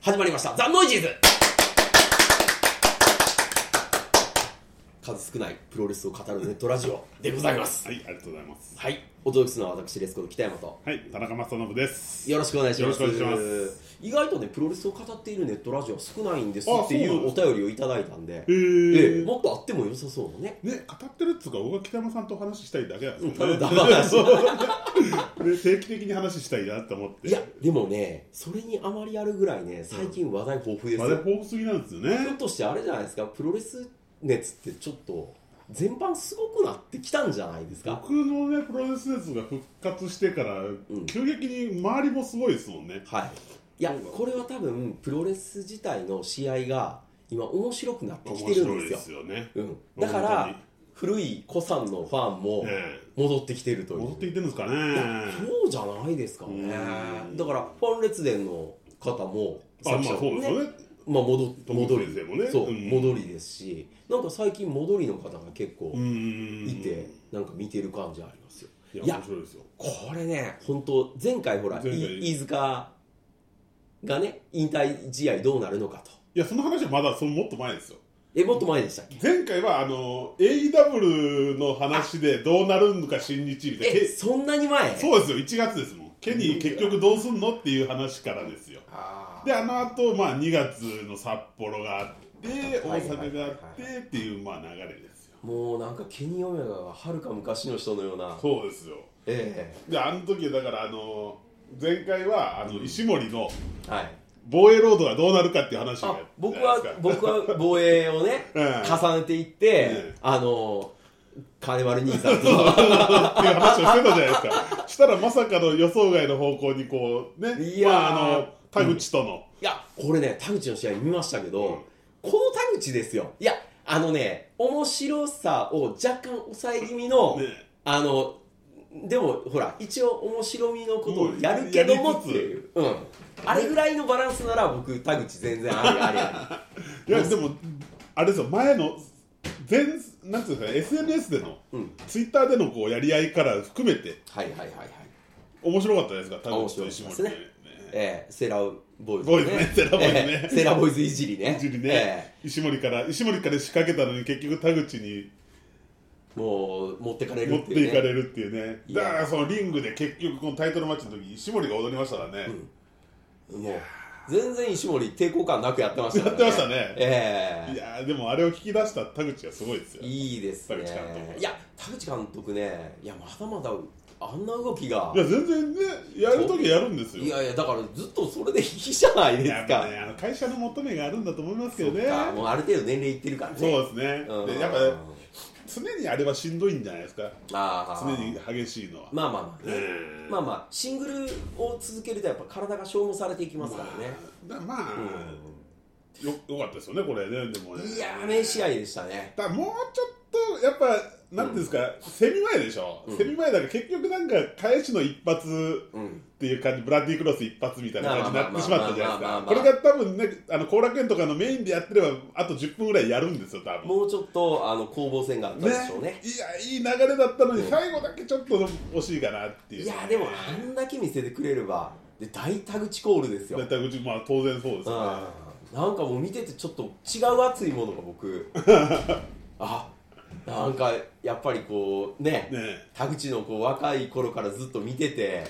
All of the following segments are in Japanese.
始まりましたザ・ノイジーズ数少ないプロレスを語るネットラジオでございますはい、ありがとうございます。はいお届けするのは私レスコの北山とはい、田中正信です。よろしくお願いしますよろしくお願いします意外とねプロレスを語っているネットラジオは少ないんですあっていそううなおん便りをいただいたんでえええー、もっとあっても良さそうなねね、語ってるっつうか、僕は北山さんとお話ししたいだけなんですたよだね。ダ メだしで定期的に話したいなと思って。いやでもねそれにあまりあるぐらいね最近話題豊富ですまよ、あね、豊富すぎなんですよひょっね。としてあれじゃないですかプロレス熱ってちょっと全般すごくなってきたんじゃないですか僕のね、プロレス熱が復活してから、ん急激に周りもすごいですもんね。はいいやこれは多分プロレス自体の試合が今面白くなってきてるんですよよね。うん、だか本当らに古い子さんのファンもええ戻ってきてるという、戻っていってるんですかね。そうじゃないですかねうんだからファン列伝の方もあ、まあ、そうですよね。まあ、戻トム戻り先生もねそう、うん戻りですしなんか最近戻りの方が結構うーん。いて、なんか見てる感じありますよいや、いや面白いですよ。これね本当前回ほら前回い飯塚がね引退試合どうなるのかといや、その話はまだ、そのもっと前ですよ。えもっと前でしたっけ前回はあの AEW の話でどうなるのか新日みたいなえけそんなに前そうですよ1月ですもんケニー結局どうすんのっていう話からですよあーであの後、まあ2月の札幌があってはい大阪があってっていうまあ流れですよもうなんかケニー・オメガがはるか昔の人のようなそうですよえであの時だからあの前回はあの石森のえはい防衛ロードがどうなるかっていう話をやっあた僕じゃないはですか僕は防衛を ね、うん重ねていって、うんあの金丸兄さんとっていう話をしてたじゃないですかしたらまさかの予想外の方向にこうねいやーまあ、あの田口との、いやこれね田口の試合見ましたけど、うんこの田口ですよいやあのね面白さを若干抑え気味の、ねあのでもほら一応面白みのことをやるけどもっていう、うん、あれぐらいのバランスなら僕田口全然あり ありあいやでもあれですよ前の前なんていうんですかね SNS での、り、うん、ツイッターでのこうやり合いから含めてはいはいはいはい面白かったですか田口と石面白か森ったでえー、セーラーボーイズボーイズねセーラーボーイズねえーセーラーボーイズいじりねいじりね、え石森から石森から仕掛けたのに結局田口にーもう持ってかれ持るっってていいうかねれるっていうねいやだからそのリングで結局このタイトルマッチの時石森が踊りましたからね、もう全然石森抵抗感なくやってましたから、やってましたねえいえやーでもあれを引き出した田口がすごいですよいいですね田口監督いや田口監督ねいやまだまだあんな動きがいや全然ねやる時はやるんですよいやいやだからずっとそれでいいじゃないですやっかぱねあの会社の求めがあるんだと思いますけどねそっかもうある程度年齢いってるからねそうですね、うんでやっぱ常にあれはしんどいんじゃないですかあ常ーに激しいのは、まあまあまあ、ねうんまあまあシングルを続けるとやっぱ体が消耗されていきますからね、だまあ、よよかったですよねこれねでもねいやー名試合でしたねだもうちょっとやっぱなんていうんですか、セミ前でしょ、セミ前だから結局なんか返しの一発うんっていう感じブラッディクロス一発みたいな感じになってしまったじゃないでまあまあまあまあまあすかこれが多分ねあの後楽園とかのメインでやってればあと10分ぐらいやるんですよ多分もうちょっとあの攻防戦があったでしょうねいやいい流れだったのに、最後だけちょっと惜しいかなっていう、いやでもあんだけ見せてくれればで大田口コールですよ、絶対うちまあ当然そうですうん、よねなんかもう見ててちょっと違う熱いものが 僕あなんかやっぱりこうねねえ田口のこう若い頃からずっと見てて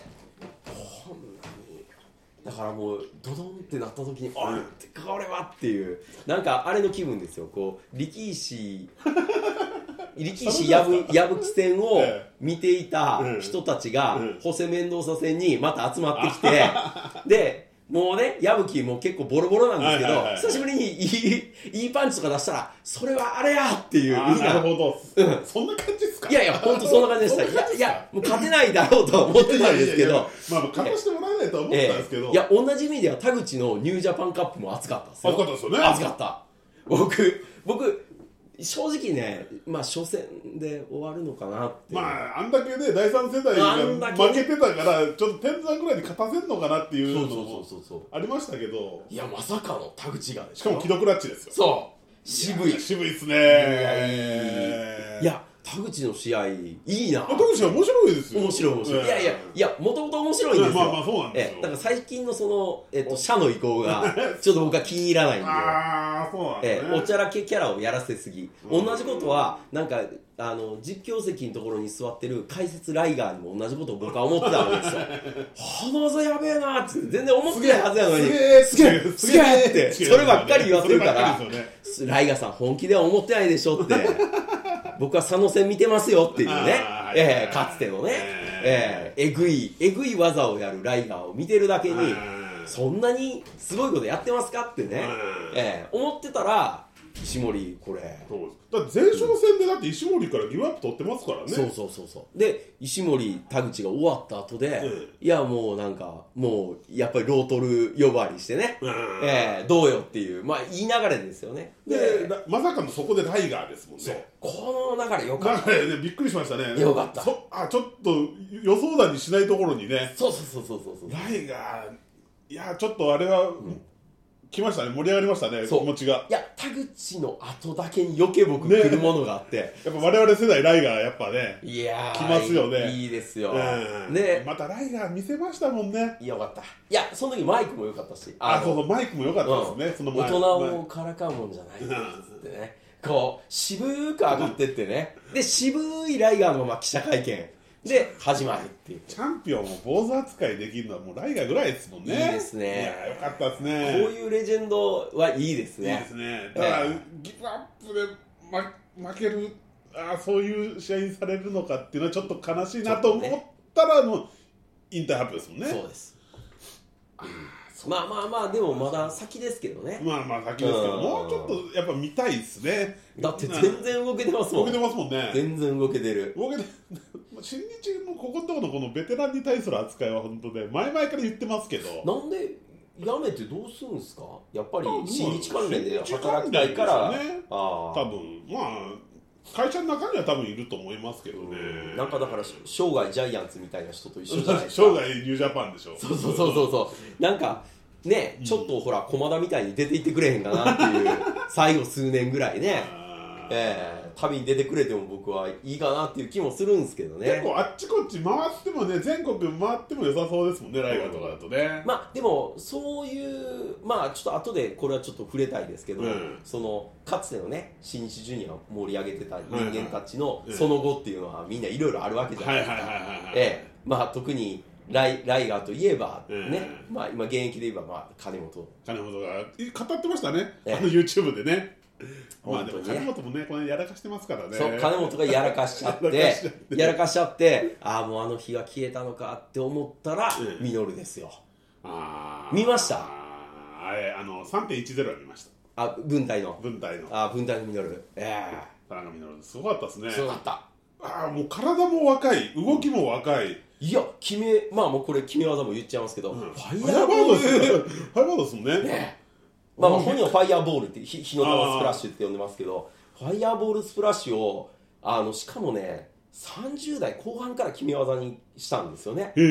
こんなにだからもうドドンってなった時に「あれってこれは!」っていうなんかあれの気分ですよこう力 石力石矢ぶ矢吹戦をえ見ていた人たちがええホセ・メンドーサ戦にまた集まってきて でもうね矢吹も結構ボロボロなんですけはいはいどはい久しぶりにいいいいパンチとか出したらそれはあれやっていうあみんーななるほど、そんな感じですかいやいや、本当そんな感じでした。いや、いや、もう勝てないだろうとは思ってたんですけいやいやいどや、まあまあ勝たせてもらえないとは思っえたんですけど、えいや、同じ意味では田口のニュージャパンカップも熱かったですよ。熱かったですよね熱かった。僕、僕、正直ね、まあ、初戦で終わるのかなって。まああんだけね第三世代あんだがけね負けてたからちょっと天山ぐらいに勝たせんのかなっていそううのそうもそうそう。ありましたけどいや、まさかの田口がでしょしかもキドクラッチですよそう、渋い。渋いっすねいや田口の試合いいな田口は面白いですよ面白い面白い、ええいやいやいやもともと面白いんですよ、まあまあそうなんですよええだから最近のその、えっと、社の意向 がちょっと僕は気に入らないんでああそうなんえですえね、おちゃらけキャラをやらせすぎ同うんじことはなんかあの実況席のところに座ってる解説ライガーにも同じことを僕は思ってたわけで すよあの技やべえなーって全然思ってないはずやのにすげえすげえってそればっかり言わせるからそればっかりですよねライガーさん本気では思ってないでしょって 僕は佐野戦見てますよっていうねあー、はいええかつてのね、えええぐいえぐい技をやるライガーを見てるだけにうんそんなにすごいことやってますかってね、うんええ思ってたら石森これ。そうですだって前哨戦でだって石森からギブアップ取ってますからねそうそうそうそうで石森田口が終わった後で、いやもうなんかもうやっぱりロートル呼ばわりしてね、うんええどうよっていうまあいい流れですよねででなまさかのそこでタイガーですもんねそうこの流れよかだっからねびっくりしましたねよかったそあちょっと予想だにしないところにねたそうそうそうそうそうそうライガーいやちょっとあれは、来ましたね盛り上がりましたね気そう持ちがいや田口の後だけに余計僕来るものがあって、やっぱ我々世代ライガーやっぱね いやー来ますよねいいですよ、うんねまたライガー見せましたもんねよかったいやその時マイクも良かったしあのそうそうマイクも良かったですね、その大前人をからかうもんじゃないっつってねこう渋く上がってってねで渋いライガーのまま記者会見で始まるっていうチャンピオンを坊主扱いできるのはもうライガーぐらいですもんねいいですねいやよかったでこすうねいうレジェンドはいいですいいでねすねただ、えギブアップで、ま、負けるあーそういう試合にされるのかっていうのはちょっと悲しいなと思ったら、もう引退発表ですもんねそうですまあまあまあでもまだ先ですけどねまあまあ先ですけどうんもうちょっとやっぱ見たいですねだって全然動けてますも動けんてますもんね全然動けてる動けて新日のここのところのこのベテランに対する扱いは本当ね前々から言ってますけどなんでやめてどうするんですかやっぱりうん新日関連で新日働きたいから関連ですよねああ多分まあ会社の中には多分いると思いますけどねなんかだから生涯ジャイアンツみたいな人と一緒じゃないですか 生涯ニュージャパンでしょそうそうそうそうそうなんかねちょっとほら駒田みたいに出ていってくれへんかなっていう最後数年ぐらいねあーええ旅に出てくれても僕はいいかなっていう気もするんですけど結ね構あっちこっち回ってもね全国回っても良さそうですもんねライガーとかだとね、まあでもそういうまあちょっと後でこれはちょっと触れたいですけど、うんそのかつてのね新日ジュニアを盛り上げてた人間たちのいはいその後っていうのはみんないろいろあるわけじゃなはいいはでいすか、はいはいはい、ええまあ、特にライライガーといえば、うんねまあ、今現役で言えば、まあ、金本金本がい語ってましたね、ええあの YouTube でねまあ本でも当に金ね本もねこのやらかしてますからねそう金本がやらかしちゃっ やらかしちゃてってやらかしちゃってああもうあの日が消えたのかって思ったらうんミノルですよあー見ましたあーあれあの3.10は見ましあ文体たの文体のあ文体のミノルえ田中稔すごかったですねえそうだったああもう体も若い動きも若い、いや決めまあもうこれ決め技も言っちゃいますけど、うんファイヤーボーファイヤールボールファイヤーボールですもんねねまあ、まあ本人はファイヤーボールってひ日の玉スプラッシュって呼んでますけどファイヤーボールスプラッシュをあのしかもね30代後半から決め技にしたんですよねへ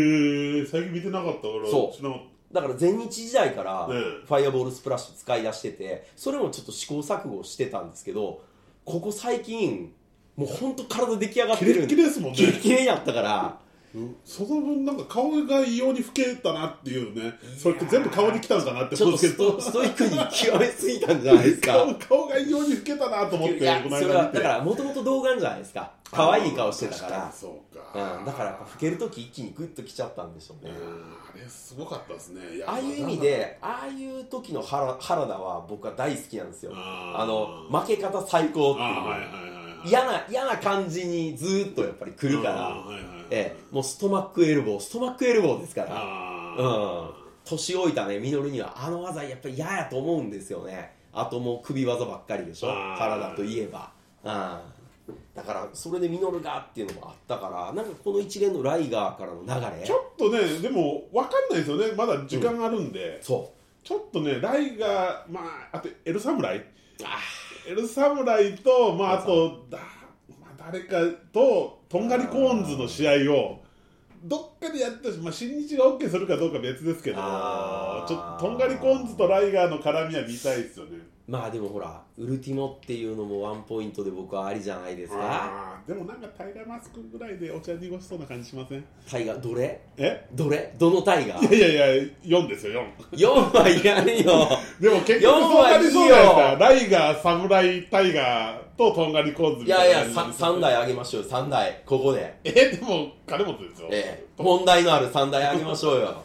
え最近見てなかったからそう知らなかっだから全日時代からフええァイアボールスプラッシュ使い出しててそれもちょっと試行錯誤してたんですけどここ最近もう本当体出来上がたってキるレッキレですもんねキレッキレやったからその分なんか顔が異様に老けたなっていうねそれって全部顔に来たのかなってちょっとけストストイックに極めすぎたんじゃないです顔か顔が異様に老けたなと思っていやこのそれ間は見てだからもともと童顔じゃないですか可愛い顔してたか確らにそうか、うん、だからやっぱ老ける時一気にグッときちゃったんでしょうねうんあれすごかったですねやああいう意味でああいう時の原原田は僕は大好きなんですよあーあの負け方最高っあていうーはいはいはいはい嫌な嫌な感じにずーっとやっぱり来るかあらー、はいはいはいええ、もうストマックエルボーストマックエルボーですから、あーうん、年老いたねミノルにはあの技やっぱり嫌やと思うんですよねあともう首技ばっかりでしょあー体といえば、うん、だからそれでミノルがっていうのもあったからなんかこの一連のライガーからの流れちょっとねでも分かんないですよねまだ時間あるんで、そちょっとねライガーまああとエルサムライうあエルサムライと、まあ、あとだ、まあ、誰かととんがりコーンズの試合をどっかでやってほしい、まあ、新日が OK するかどうか別ですけどちょっあーととんがりコーンズとライガーの絡みは見たいですよねーまあでもほらウルティモっていうのもワンポイントで僕はありじゃないですかあーでもなんかタイガーマスクぐらいでお茶濁しそうな感じしませんタイガーどれえどれどのタイガー いやいやいや4ですよ4はいらんよ4でも結局四そうはいないよりそうじゃないですかライガー侍タイガーととんがりコーズいやいや 3, 三台あげましょうよ3台ここで、えでも金本ですよええ、問題のある3台あげましょう よ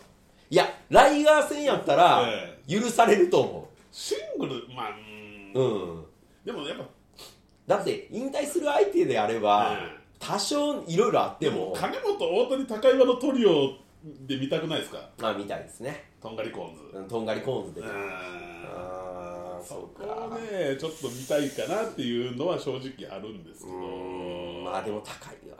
いやライガー戦やったらえ許されると思シングルまあうんううんでもやっぱだって引退する相手であれば、多少いろいろあっても、金本大谷高岩のトリオで見たくないですかまあみたいですねとんがりコーンズうんとんがりコーンズうで、あんあそそうこかはねちょっと見たいかなっていうのは正直あるんですうけどーんまあでも高いわ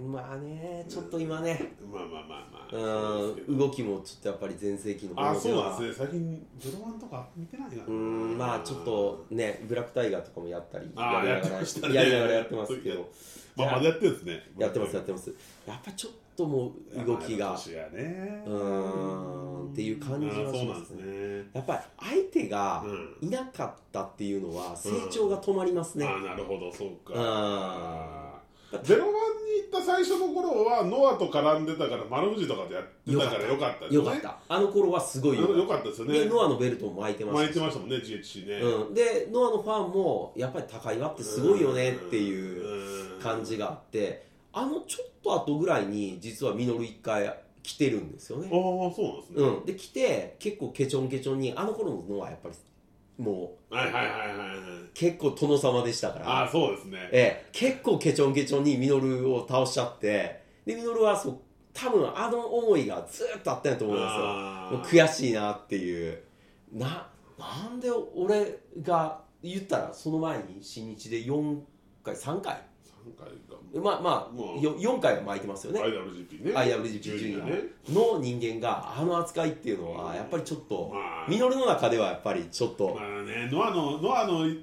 うーんまあねちょっと今ねまあまあまあうまあそうですけんど動きもちょっとやっぱり全盛期のあ頃そうなんでですね最近ゼロワンとか見てないなうーんまあちょっとねブラックタイガーとかもやったりあーやりながやってらましたねやりながらやってますけどまあまだやってるんですねやってますやってますやっぱちょっともう動きまあが年がねうーんっていう感じはしますねあそうなんですねやっぱり相手がういなかったっていうのは成長が止まりますね、あなるほどそうあかゼロワンに行った最初の頃はノアと絡んでたから丸藤とかでやってたからよかったですねよかったあの頃はすごいよよかかったですよったでねノアのベルトも巻いてま巻したいてしましたもんね GHC ね、うん、でノアのファンもやっぱり高岩ってすごいよねっていうう感じがあってあのちょっと後ぐらいに実はミノル一回来てるんですよああね、そうなんですね、うん、で来て結構ケチョンケチョンにあの頃のノアやっぱりもうはいはいはいはいはい結構殿様でしたからああそうですねええ、結構ケチョンケチョンにミノルを倒しちゃってでミノルはそう多分あの思いがずーっとあったんやと思うんですよあもうー悔しいなっていうななんで俺が言ったらその前に新日で4回3回三回かまあまもあうよ4回は巻いてますよね IWGP ね IWGP ジジュュニニアアねの人間があの扱いっていうのはやっぱりちょっとまあミノルの中ではやっぱりちょっとまあねノアのノアのね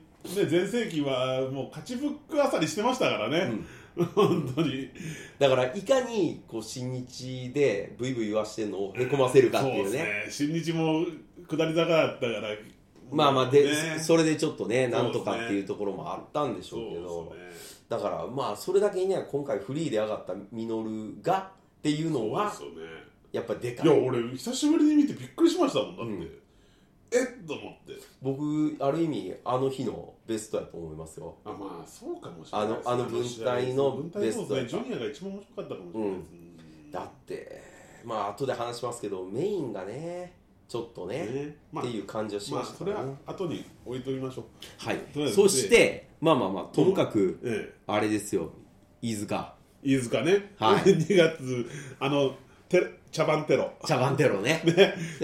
全盛期はもう勝ちブックあさりしてましたからね、 本当にだからいかにこう新日でブイブイ言わしてるのをへこませるかっていうそうねですね新日も下り坂だったからまあまあで、ねそれでちょっとねそうですなねんとかっていうところもあったんでしそうょうけどですだからまあそれだけにね今回フリーで上がったミノルがっていうねのはそうですよねやっぱでかいやい俺久しぶりに見てびっくりしましたもんだって、うんえっと思って僕ある意味あの日のベストやと思いますよあまあそうかもしれれなないいですねあのあの文体のベストねジュニアが一番面白かったかもしれないです、うんだってまあ後で話しますけどメインがねちょっとねねまっあていう感じはしままあしたそねれは後に置いときましょうはいとりあえずそしてまあまあまあともかくええあれですよ飯塚飯塚ね、 はい2月あのテ茶番テロ茶番テロ ね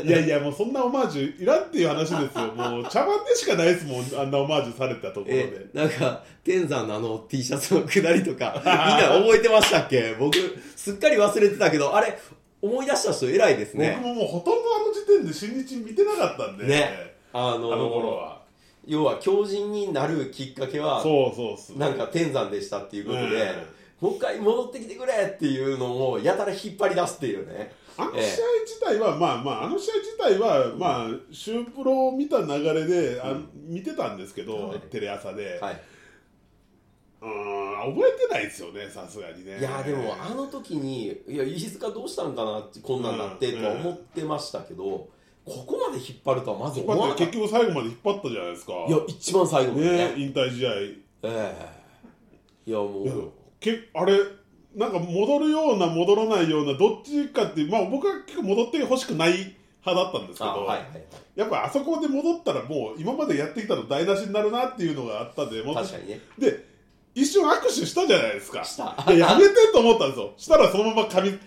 いやいやもうそんなオマージュいらんっていう話で すよもう茶番でしかないですもんあんなオマージュされたところで、えなんか天山のあの T シャツのくだりとかみんな覚えてましたっ け僕すっかり忘れてたけどあれ思い出した人偉いです僕ねももうほとんどあの時点で新日見てなかったんで、ねああのーの頃は要は狂人になるきっかけはそうそうっすなんか天山でしたっていうことで、うんもう一回戻ってきてくれっていうのをやたら引っ張り出すっていうねあの試合ええ自体は、まあまあ、あの試合自体は、まあ、シュープロを見た流れで、あ見てたんですけど、はいテレ朝で、はい、うーん、覚えてないですよね、さすがにね。いやでもあの時にいや飯塚どうしたんかなってこんなんなってとは思ってましたけど、ここまで引っ張るとはまずそ思こわなだかってった結局最後まで引っ張ったじゃないですか。いや一番最後までねね、引退試合。ええいやもういやけあれなんか戻るような戻らないようなどっちかって、まあ、僕は結構戻ってほしくない派だったんですけあど、はいはいやっぱあそこで戻ったらもう今までやってきたの台無しになるなっていうのがあったんでもう確かにねで一瞬握手したじゃないですかしたでやめてと思ったんですよしたらそのまま髪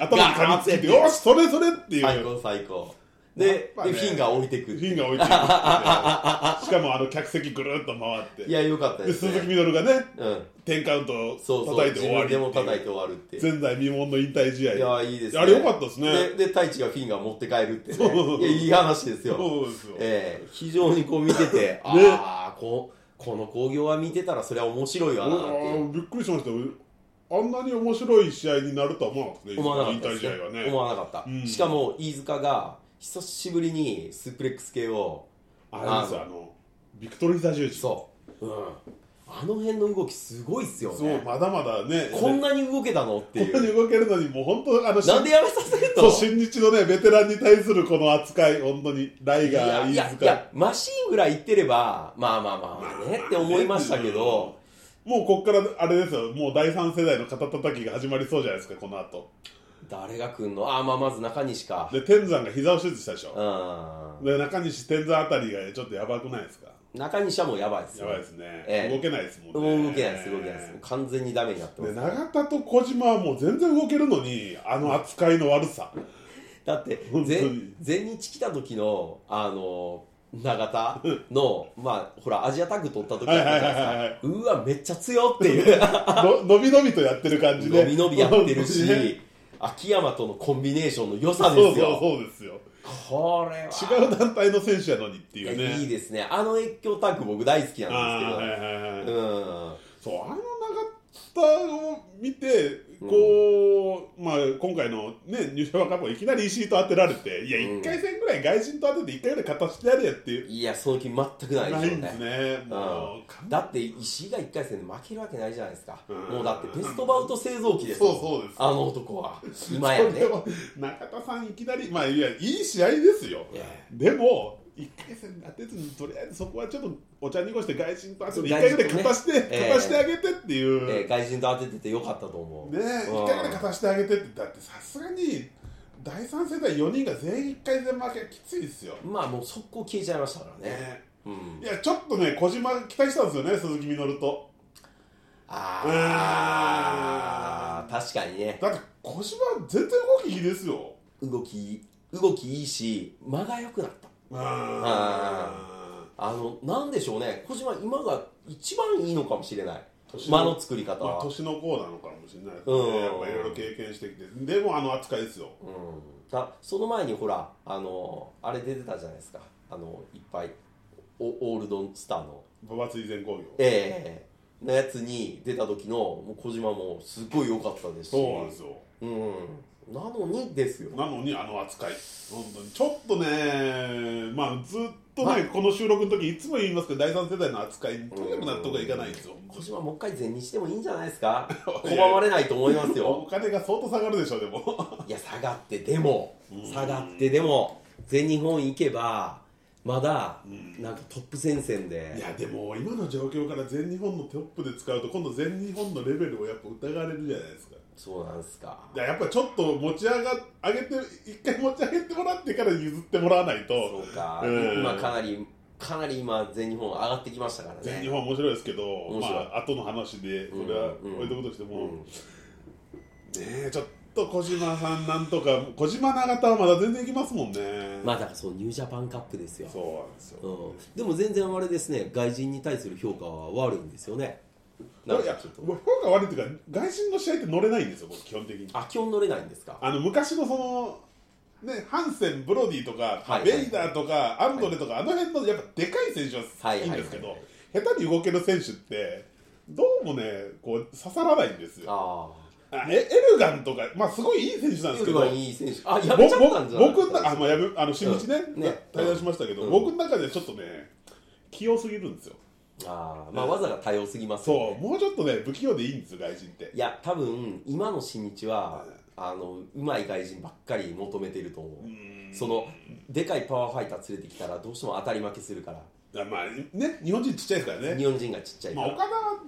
頭に噛みつけてガーッてよしそれそれっていう最高最高やっで,、ぱねでフィンが置いてくフィンが置いてるってしかもあの客席ぐるっと回っていやよかったでです鈴木ねみのるがねうん10カウントをそうそう叩いて終わりっ自てい分うでも叩いて終わるっていう前代未聞の引退試合いやいいですねあれ良かったですねでで太一がフィンが持って帰るってそうそうそうねいやいい話ですよそうですよ、ええ非常にこう見て てああここの興行は見てたらそれは面白いわなっていううんびっくりしましたよあんなに面白い試合になるとは思わなかった思わなかったね引です、退試合ねは、ね思わなかった、うんしかも飯塚が久しぶりにスープレックス系をあれですよあのビクトリー・ザ・ジュージそう、うん、あの辺の動きすごいっすよそうねまだまだねこんななに動けたのってこんいなにう動けるのにもう本当あのなんでやめさせるそうの新日のねベテランに対するこの扱い本当にライいガやーい飯やい塚やマシーンぐらい行ってればまあまあまあまあねって思いましたけどもうこっからあれですよもう第三世代の肩叩きが始まりそうじゃないですかこの後誰が来んのあーまあまず中西かで天山が膝を手術したでしょうで中西天山あたりがちょっとやばくないですかん中西はもうやばいですやよばいですね、ええ動けないですもんねもう動けないです動けないですもう完全にダメになってまです永田と小島はもう全然動けるのにあの扱いの悪さだって本当ぜに全日来た時のあの永田のまあほらアジアタッグ取った時あったじゃないですか、はいはいはいはいうんうわめっちゃ強って いうののびのびとやってる感じで伸び伸びやってるし、本当にね秋山とのコンビネーションの良そさうでそうすよそうですよこれは違う団体の選手やのにっていういやねいいですねあの越境タッグ僕大好きあなんーではいはいはいすけど、うんそうあの永田を見てこう、まあ今回のね入賞カップいきなり石井と当てられていやうん1回戦ぐらい外人と当てて1回ぐらい勝たせてやれやっていう、いやその気全くないなですいよんですねねもう完だって石井が1回戦で負けるわけないじゃないですか、うんもうだってベストバウト製造機ですそうそうですあの男は今やそねれは中田さんいきなりまあいやいい試合ですよいやでも1回戦当てずにとりあえずそこはちょっとお茶濁して外人と当てそて1う回ぐらい外人とね勝たせて、ええ勝たせてあげてっていう、えー外人と当てててよかったと思う、ねえ、うん1回ぐらい勝たせてあげてって、だってさすがに第3世代4人が全員1回戦負けはきついですよ。まあもう速攻消えちゃいましたからねねうんいや、ちょっとね、小島期待したんですよね、鈴木みのると。ああ確かにねだって小島、全然動きいいですよ。動き動きいいし間が良くなったうんあのなんでしょうね小島今が一番いいのかもしれない年の間の作り方まあ、は、年の子なのかもしれないですうんね、やっぱいろいろ経験してきて、でもあの扱いですよ、うん、だその前にほらあのあれ出てたじゃないですかあのいっぱいおオールドスターの馬場追善工業、ええのやつに出た時のもう小島もすごい良かったですしそうなんですよ、うん、なのにですよなのにあの扱い、本当にちょっとね、まあ、ずっとね、はいこの収録の時いつも言いますけど、第3世代の扱いにとにかく納得がいかないんですよ、小島もう一回全にしてもいいんじゃないですか いや拒まれないと思いますお よ金が相当下がるでしょ、でも。いや下がってでもうん下がってでも全日本行けばまだうんなんかトップ戦線いでや、でも今の状況から全日本のトップで使うと、今度、全日本のレベルをやっぱ疑われるじゃないですか。そうなんですかいややっぱちょっと持ち上が上げて一回持ち上げてもらってから譲ってもらわないそとうかうん今かなりかなり今全日本上がってきましたから全日ね本面白いですけど、面ま白いあ後の話でそれはうん置いとくとしても、うんねえちょっと小島さんなんとか小島永田はまだ全然いきますもんねまあだからそうニュージャパンカップですよそうなんですよ、うん、でも全然あれですね外人に対する評価は悪いんですよねこなんれいかやちょっと評価悪いっていうか外人の試合って乗れないんですよ僕基本的にあ基本乗れないんですかあの昔のそのねハンセンブロディとか、はいはいベイダーとかアンドレとか、あの辺のやっぱでかい選手ははいいはいいはいんですけど、下手に動ける選手ってどうもねこう刺さらないんですよああえエルガンとか、まあ、すごいいい選手なあんですよけりどはいい選手あやめちゃったんじゃないぼぼ僕のあ、まあ、やめあの新日ね,、うんね対談しましたけど、うん僕の中ではちょっとね器用すぎるんですよあーまあ技が多様すぎますよそうねもうちょっとね不器用でいいんですよ外人っていや多分今の新日はあのうまい外人ばっかり求めてると思う、うんそのでかいパワーファイター連れてきたらどうしても当たり負けするから、いやまあね日本人ちっちゃいですからね日本人がちっちゃいかまあ、ら、岡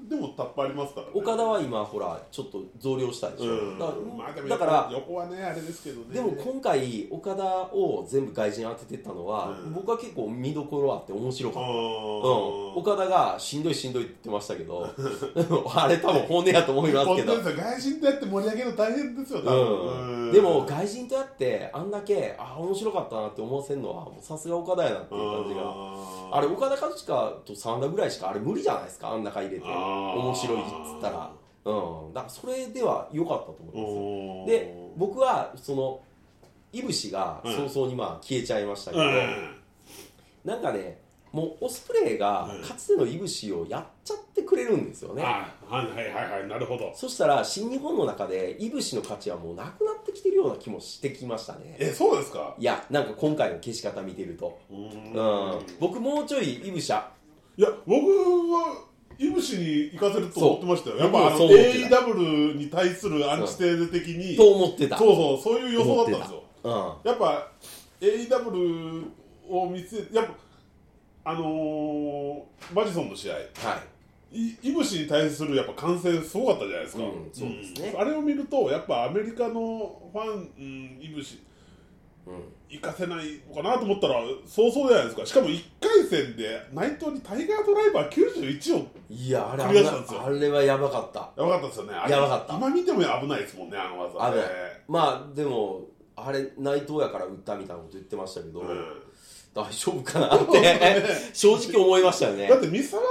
田でもタップありますから、ね、岡田は今ほらちょっと増量したでしょ、うんだかまあ、でらもだから横はねあれですけどねでも今回岡田を全部外人当ててったのは、うん僕は結構見どころあって面白かった、うん、うん岡田がしんどいしんどいって言ってましたけど あれ多分本音やと思いますけど、本当ですよ外人とやって盛り上げるの大変ですよ、多分うん、でも外人とやってあんだけあ面白かったなって思わせるのはもうさすが岡田やなっていう感じが、があれ岡田和親と沢田ぐらいしかあれ無理じゃないですかあん中入れてあー面白いっつったら、うん、だからそれでは良かったと思いますよおーで僕はそのいぶしがうん早々にまあ消えちゃいましたけうど、んなんかねもうオスプレイがうんかつてのいぶしをやっちゃってくれるんですよね、はいはいはいはいなるほどそしたら新日本の中でいぶしの価値はもうなくなってきてるような気もしてきましたねえそうですかいやなんか今回の消し方見てると、ううーんん僕もうちょいいぶしゃいや僕はいぶしに行かせると思ってましたよやっぱあの僕もそう思ってた AEW に対するアンチテーゼ的にと思ってたそうそうそういう予想だったんですようんやっぱ AEW を見据えてやっぱあのー、マジソンの試合はいいぶしに対するやっぱ感染すごかったじゃないですか、うんそうですねあれを見るとやっぱアメリカのファン、うん、いぶしい、うん、行かせないのかなと思ったらそうそうじゃないですかしかも1回戦で内藤にタイガードライバー91をいやあれ繰り出したんですよあれはやばかったやばかったですよねあれやばかった今見ても危ないですもんねあの技ねまあでもあれ内藤やから打ったみたいなこと言ってましたけど、うん大丈夫かなっそうね て正直思いましたよねだって三沢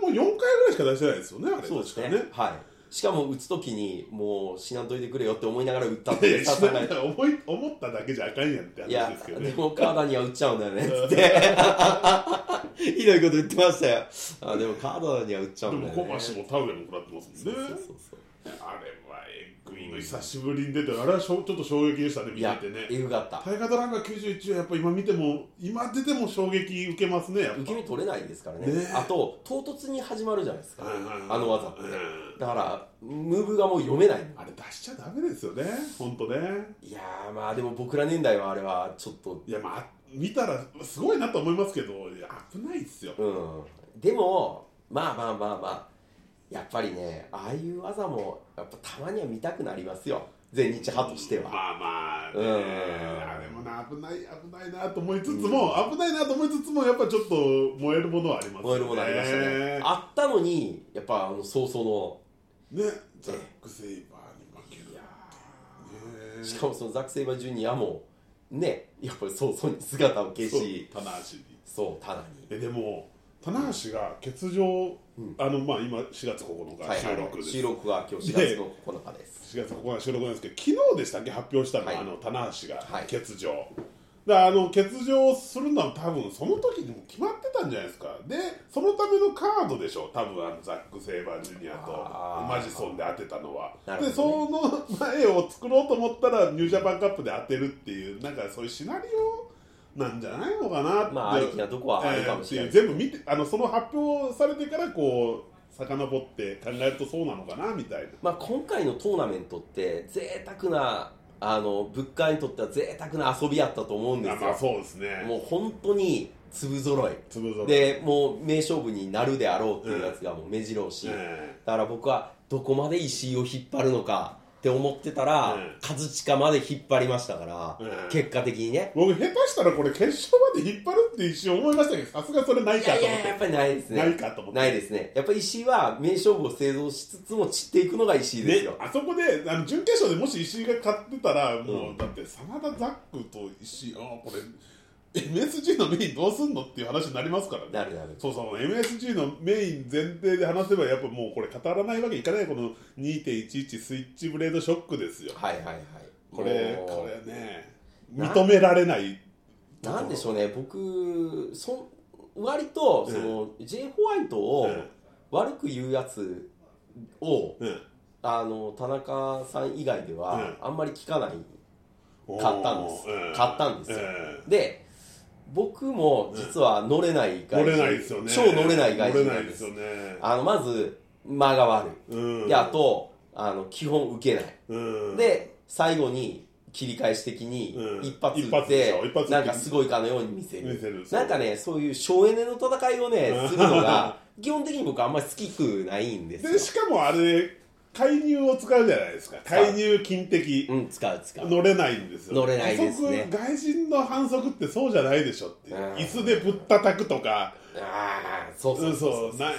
も4回ぐらいしか出してないですよねあれそうですね確かはいしかも打つ時にもう死なんといてくれよって思いながら打ったっいやていやさない思い思っただけじゃあかんやんっていや話ですけどでね。もカーダには打っちゃうんだよねっつって ひどいこと言ってましたよあでもカーダには打っちゃでうんだもよね小橋も田植えも食らってますそもうんね。そうそうそうあれはえぐいの久しぶりに出てあれはしょちょっと衝撃でしたね見いてやてね。えぐかった大河ドランカー91はやっぱ今見ても今出ても衝撃受けますねやっぱ受け身取れないですからねねあと唐突に始まるじゃないですか、はいはいはいあの技って、うんだからムーブがもう読めないあれ出しちゃダメですよね本当ね。いやーまあでも僕ら年代はあれはちょっといやまあ見たらすごいなと思いますけどいや危ないっすよ。うんでもまあまあまあまあやっぱりねああいう技もやっぱたまには見たくなりますよ全日派としては、まあまあね、うんあれもな危ない危ないなと思いつつも、危ないなと思いつつもやっぱちょっと燃えるものはあります燃えるものありましたね、あったのにやっぱあの早々のねジャック・セイバーに負けるっていうねしかもそのザック・セイバージュニアもねやっぱり早々に姿を消そうし棚橋にそうただにえでも棚橋が欠場、あのまあ今4月9日収録です、収録が今日4月の9日です4月9日収録なんですけど昨日でしたっけ発表したの、はいあの棚橋がはい欠場、であの欠場するのは多分その時にも決まってたんじゃないですかでそのためのカードでしょ多分あのザック・セイバージュニアあとーマジソンで当てたのは、なるでそほの前を作ろうと思ったらニュージャパンカップで当てるっていうなんかそういうシナリオなんじゃないのかなって、まあありきなとこはあるかもしれないえーってう全部見てあのその発表されてからこう遡って考えるとそうなのかなみたいな。まあ、今回のトーナメントって贅沢なあの物価にとっては贅沢な遊びやったと思うんであすまあよ、そうですね。もう本当に粒揃い粒ぞろいでもう名勝負になるであろうっていうやつがもう目白押し、えだから僕はどこまで石井を引っ張るのかって思ってたら、え和親まで引っ張りましたから、ええ結果的にね僕下手したらこれ決勝まで引っ張るって一瞬思いましたけどさすがそれないいかやとい思やってやっぱりないですねないかと思ってないですねやっぱり石井は名勝負を製造しつつも散っていくのが石井ですねよ、、あそこであの準決勝でもし石井が勝ってたらもう、だって真田ザックと石井ああこれ MSG のメインどうすんのっていう話になりますからねなるなるそうそう MSG のメイン前提で話せばやっぱもうこれ語らないわけいかないこの2.11スイッチブレードショックですよはいはいはいこれもうこれねな認められないなんでしょうね、僕、そん割とその、J. ホワイトをうん悪く言うやつを、うんあの田中さん以外では、あんまり聞かない、買ったんですおー買ったんですよええで、僕も実は乗れない外人、乗れないですよね超乗れない外人乗れななんいで。ですすよねあのまず、間が悪うい、んであとあの、基本受けない。うんで最後に切り返し的にうん一発一打っ発でしてょ一発打っ、てなんかすごいかのように見せる見せるそうなんかねそういう省エネの戦いをねするのが 基本的に僕あんまり好きくないんですよでしかもあれ介入を使うじゃないですか介入金的うん使う使う乗れないんですよ乗れないですね反則外人の反則ってそうじゃないでしょっていううん椅子でぶったたくとかああそううそんうそそううそなう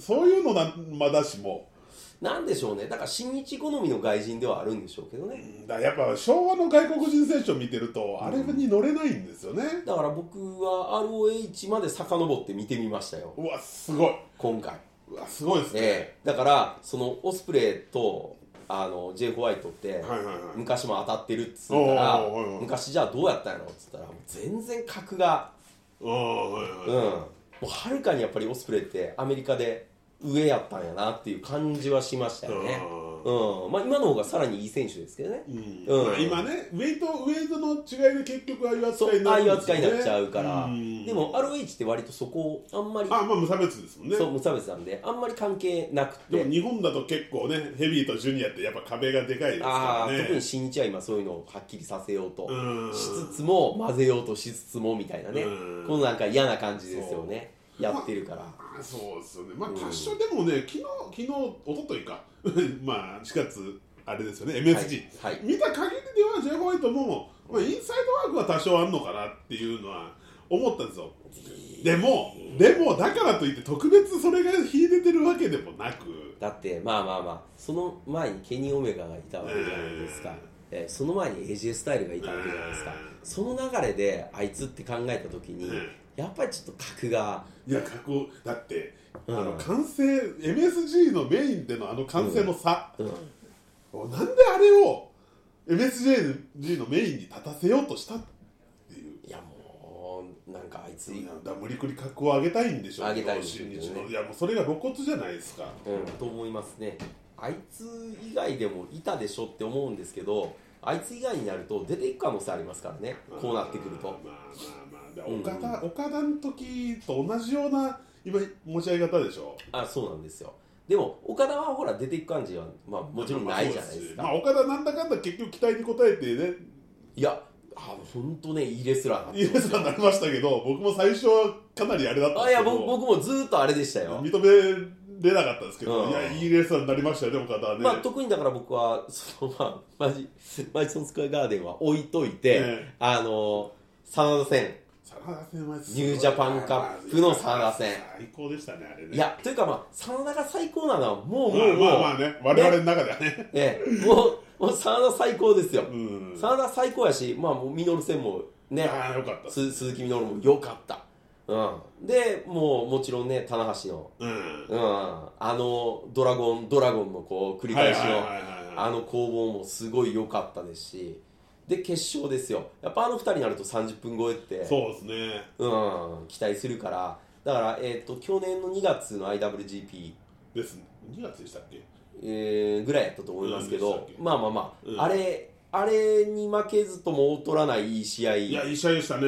そういうのなまだしもなんでしょうねだから新日好みの外人ではあるんでしょうけどねだからやっぱ昭和の外国人選手を見てるとあれに乗れないんですよねだから僕は ROH まで遡って見てみましたようわすごい今回うわすごいですねええだからそのオスプレイとあの J. ホワイトってはいはいはい昔も当たってるっつうからおうおうおうおう昔じゃあどうやったんやろっつったらもう全然格がああはいはいうんもうはるかにやっぱりオスプレイってアメリカで上やったんやなっていう感じはしましたよね、うんまあ、今の方がさらにいい選手ですけどねうんうんまあ今ねウェイトウェイトの違いで結局ああいうそ扱いにうあなあるんいうです扱よいねになっちゃうからんでも ROH って割とそこをあんまりあまあ無差別ですもんねそう無差別なんであんまり関係なくでもて日本だと結構ねヘビーとジュニアってやっぱ壁がでかいですあかあら特にね新日は今そういうのをはっきりさせようとうんしつつも混ぜようとしつつもみたいなねうんこのなんか嫌な感じですよねやってるからあーそうですよねまあ多少でもね昨日昨日一昨日か まあ4月あれですよね MSG、はいはい見た限りでは J ホワイトも、まあ、インサイドワークは多少あんのかなっていうのは思ったんですよでもでもだからといって特別それが秀でてるわけでもなくだってまあまあまあその前にケニー・オメガがいたわけじゃないですか、えーその前にエイジスタイルがいたわけじゃないですか、うその流れであいつって考えた時に、うんやっぱりちょっと格がいや過去だって、あうのん完成 MSG のメインでのあの完成の差、うんなんであれを MSG のメインに立たせようとしたっていういやもうなんかあいつ、いやだから無理くり格を上げたいんでしょう上げたいんでしょう新ね日のいやもうそれが露骨じゃないですかうん、と思いますねあいつ以外でもいたでしょって思うんですけどあいつ以外になると出ていく可能性ありますからねこうなってくるまとあまあまあ、まあ、岡田、岡田の時と同じような今持ち上げ方でしょあそうなんですよでも岡田はほら出ていく感じは、まあ、もちろんないじゃないですか、まあ、岡田なんだかんだ結局期待に応えてねいやあ本当ねいいレスラーになってイエスになりましたけど僕も最初はかなりあれだったんあでいすやけど僕僕もずーっとあれでしたよ、認めれなかったですけど、うんいやいいレースになりましたよね岡田はね、まあ、特にだから僕はその、まあ、マジマジソンスクエアガーデンは置いといて、ええあの真田戦真田戦はすごいニュージャパンカップの真田戦最高でしたねあれねいやというかまあ真田が最高なのはもうもまあうもう、まあまあね我々の中ではねええもうもう真田最高ですよ、うん真田最高やしまあもうミノル戦もねああよかったす鈴木ミノルも良かったうん、でもうもちろんね棚橋の、うんうん、あのドラゴンドラゴンのこう繰り返しの、はいはいはいはいあの攻防もすごい良かったですしで決勝ですよやっぱあの2人になると30分超えってそうですねうん、期待するからだから、えー、と去年の2月の IWGP、です2月でしたっけえーぐらいやったと思いますけうんどでしたっけまあまあまあ、うんあれあれに負けずとも劣らないいい試合いやいい試合でしたね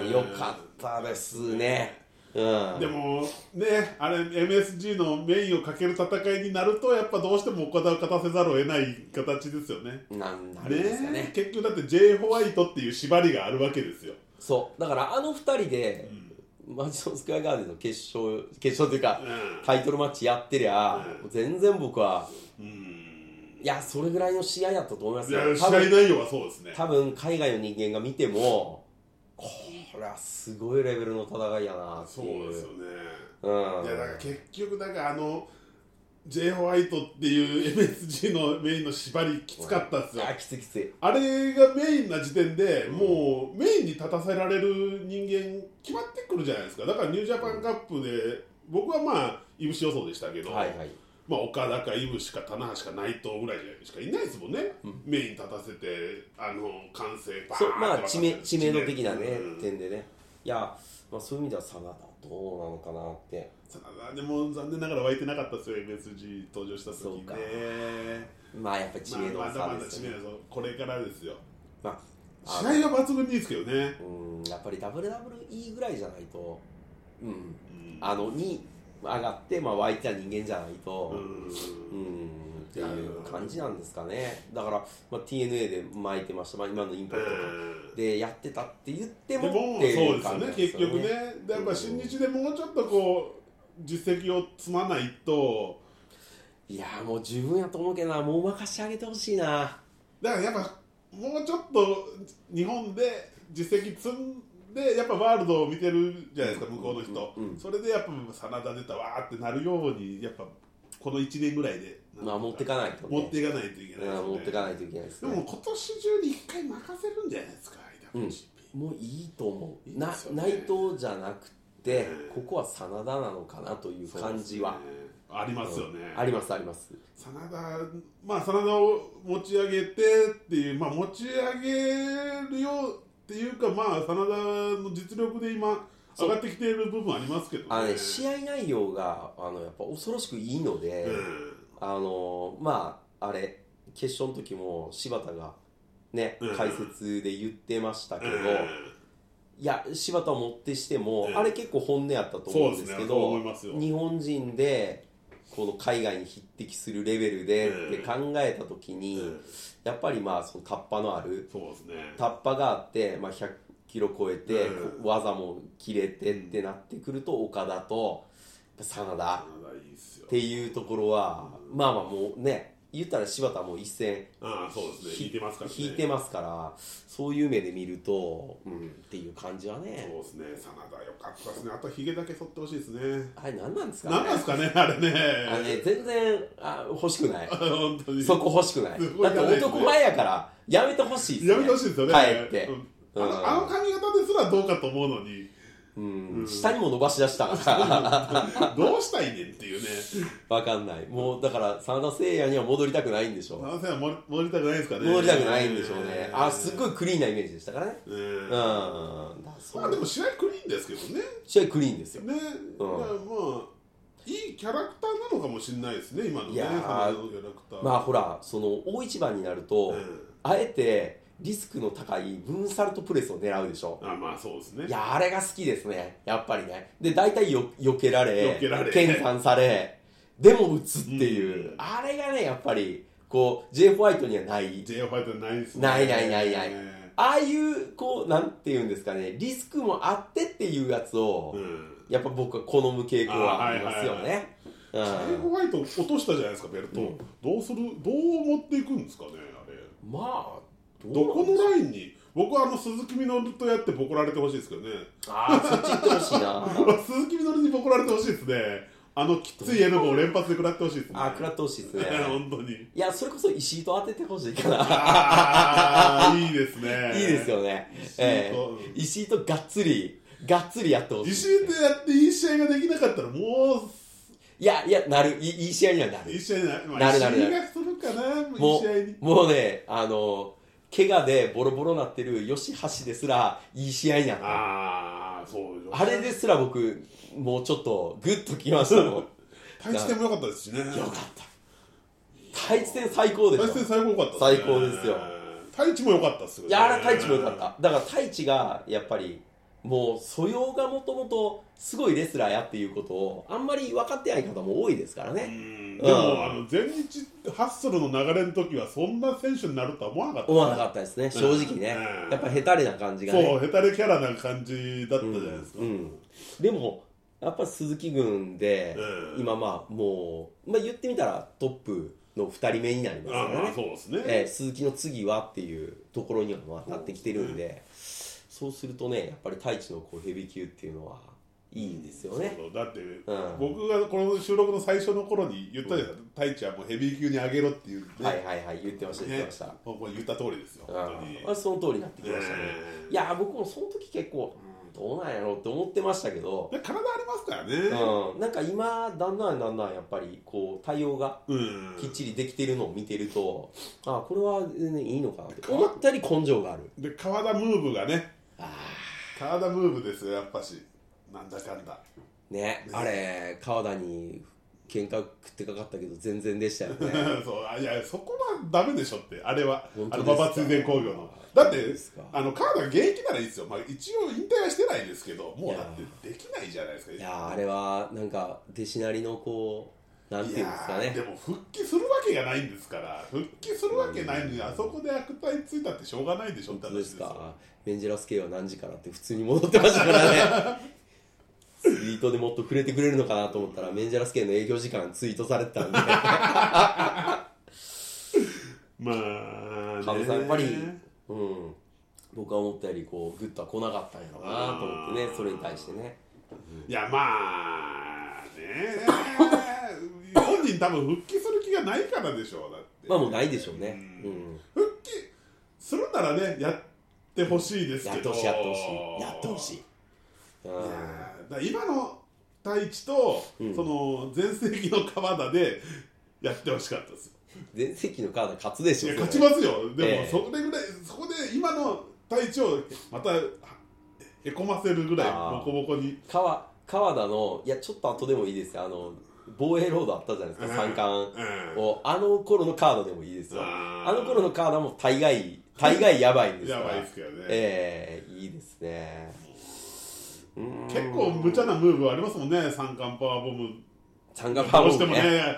うんよかったですね、うん、でもねあれ MSG のメインをかける戦いになるとやっぱどうしても岡田を勝たせざるを得ない形ですよねなんなあるれんですかね結局だって J ホワイトっていう縛りがあるわけですよそうだからあの2人で、マジソンスクエアガーデンの決勝決勝というか、うんタイトルマッチやってりゃ、全然僕はうんいやそれぐらいの試合やったと思いますいよや試多合分内容はそうですね多分海外の人間が見てもこれはすごいレベルの戦いやなってそういうですよねうんいやだから結局だからあの J ホワイトっていう MSG のメインの縛りきつかったっすよあきついきついあれがメインな時点で、もうメインに立たせられる人間決まってくるじゃないですかだからニュージャパンカップで僕はまあいぶし予想でしたけど、はいはいまあ、岡田かいぶしか棚橋か内藤ぐらいしかいないですもんね、メインに立たせてあの完成バーンそうまあって知名渡知せ名て度的なね、うん点でねいや、まあ、そういう意味では真田どうなのかなって真田でも残念ながら湧いてなかったですよ MSG 登場した時そうねかまあやっぱり知名度まあ、まだ差まだです知よ名ね度これからですよまあ試合は抜群にいいですけどねうんやっぱり WWE ぐらいじゃないと、うん、うんあのに上がって、まあ、湧いた人間じゃないと、ううんん、っていう感じなんですかねだから、まあ、TNA で巻いてました、まあ、今のインパクトとでやってたって言ってでももっていそううですよ感じねなんです結よね局ねでやっぱ新日でもうちょっとこう実績を積まないといやもう十分やと思うけどなもう任してあげてほしいなだからやっぱもうちょっと日本で実績積んでやっぱワールドを見てるじゃないですか向こうの人、うんうんそれでやっぱ真田出たわーってなるようにやっぱこの1年ぐらいでまあ持ってかないとね持っていかないといけないでうすんよ持ってかねないといけないですでねも今年中に1回任せるんじゃないですか IWGP、もういいと思ういいなですよね内藤じゃなくてうんここは真田なのかなという感じは、そうですねありますよね、ありますあります真田まあ真田を持ち上げてっていうまあ持ち上げるよっていうかまあ真田の実力で今上がってきている部分ありますけどね。あのね、試合内容があのやっぱ恐ろしくいいので、あのまああれ決勝の時も柴田がねうん解説で言ってましたけうど、んいや柴田をもってしても、うんあれ結構本音やったと思うんですけそどうですねそう思いますよ日本人でこの海外に匹敵するレベルでって考えた時うに、んうんやっぱりまあそのタッパのあるそうですね。タッパがあって、まあ、100キロ超えて、うん技も切れてってなってくると岡田とやっぱ真田あいいっすよっていうところは、まあまあもうね言ったら柴田はもう一戦ああそうですね。引いてますからね。引いてますからそういう目で見ると、うん、っていう感じはねそうですね。真田良かったですね。あとヒゲだけ剃ってほしいですね。あれ何なんですかねなんなんですかねあれあのねね。全然あ欲しくない 本当に。そこ欲しくないすごいだって男前やからやめてほしいっすねやめてほしいですよね。帰ってうんうあんのあの髪型ですらどうかと思うの に、うんうん下にも伸ばしだした からどうしたいねんっていうね。わかんないもうだから真田誠也には戻りたくないんでしょう男性は盛り盛りたくないですかね。戻りたくないんでしょうねえーあすっごいクリーンなイメージでしたからねえうーんだからそまあでうも試合クリーンですけどね。試合クリーンですよね、だからまあいいキャラクターなのかもしれないですね今のねいやー花田のキャラクターまあほらその大一番になると、うんあえてリスクの高いムーンサルトプレスを狙うでしょあまあそうですね いやあれが好きですねやっぱりねで大体よ避けられ避けられ検算されでも打つっていう、うんあれがねやっぱりこう J ホワイトにはない J ファイターないですねないないないないねああいうこうなんていうんですかねリスクもあってっていうやつを、うんやっぱ僕は好む傾向はありますよね。う J んホワイト落としたじゃないですかベルト、うんどうするどう持っていくんですかねあれまあどこののラインに僕はあの鈴木みのるとやってボコられてほしいですけどね ああそっち行ってほしいな。 鈴木みのるにボコられてほしいですねあのきついエルボーを連発で食らってほしいですねああ食らってほしいですね。 本当 にいやそれこそ石井と当ててほしいかな。ああいいですねいいですよね。ええ石井とがっつりがっつりやってほしい。自信でやっていい試合ができなかったらもいやいやなるいいいい試合にはなういいる。試合になる、まなあ、るいい試なる合がするかなもういいも試合にうもうねあの怪我でボロボロなってる吉橋ですらいい試合になった。ああそうよあれですら僕もうちょっとグッときま したもん。対地点も良かったですしねよよかった。対地戦最高でしょ対地点。最高良かったっ最高ですよ対地も良かったっすよいや、あれ、太一もよかった。だから、太一が、やっぱり、もう、素養がもともと、すごいレスラーやっていうことを、あんまり分かってない方も多いですからうね。んでうんも、あの前日ハッスルの流れの時はそんな選手になるとは思わなかった思わなかったですね、正直ねう。んやっぱ、ヘタレな感じがそね。うヘタレキャラな感じだったじゃないですか、うんうんでも、やっぱ鈴木軍で、うん今まあ、もう、まあ言ってみたら、トップの2人目になりますあかーらまあね。そうですね、えー鈴木の次はっていうところにはまあなってきてるんで、そうするとね、やっぱり太一のこうヘビー級っていうのはいいんですよね。そうだって、ん僕がこの収録の最初の頃に言ったじゃん、太一はもうヘビー級に上げろっていうね、はいはいはい、言ってました、言ってねました。うん、もうこれ言った通りですよ、本当に。あその通りになってきましたね。いやー、僕もその時結構、どうなんやろうって思ってましたけど、で体ありますからね、うん、なんか今、だんだんだんだんやっぱりこう対応がうんきっちりできてるのを見てると、あこれは、ね、いいのかなって思ったより根性がある。で川田ムーブがね、あー川田ムーブですよ、やっぱし、なんだかんだ。ねあれ川田に喧嘩食ってかかったけど全然でしたよ ねそうあいや、そこはダメでしょって、あれは、本あ当でのすか馬場通電工業の。だ本っ当てですか、あの川田が現役ならいいですよ、まあ、一応引退はしてないですけど、もうだっいてできないじゃないですか、いやーあれはなんか弟子なりのこうなんていうんですかいやーでねも復帰するわけがないんですから復帰するわけないのにあそこで悪態ついたってしょうがないでしょっ本て当話でですすかよメンジェラス系は何時からって普通に戻ってましたからねツイートでもっと触れてくれるのかなと思ったらメンジェラス系の営業時間ツイートされてたんでまあねカブさんやっぱりうん僕は思ったよりこうグッとは来なかったんやろうなと思ってねそれに対してねいやまあね 本人多分復帰する気がないからでしょうだってまあもうないでしょうねううん復帰するならねやってほしいですやけってどほしいやってほしいやってほしいうんいやーだから今の太一と、うんその全盛期の川田でやってほしかったです全盛期のカード勝つでしいょやそれ勝ちますよ、でも、ええそれぐらい、そこで今の太一をまたはへこませるぐらいあーボコボコに川川田のいやちょっと後でもいいですよあの防衛ロードあったじゃないですか三うん冠をあの頃のカードでもいいですよあーあの頃のカードも大概大概やばいんですかやらばいですけどね、ええいいですねうん結構無茶なムーブありますもんね三冠パワーボム三冠パワーどうしてボムもねね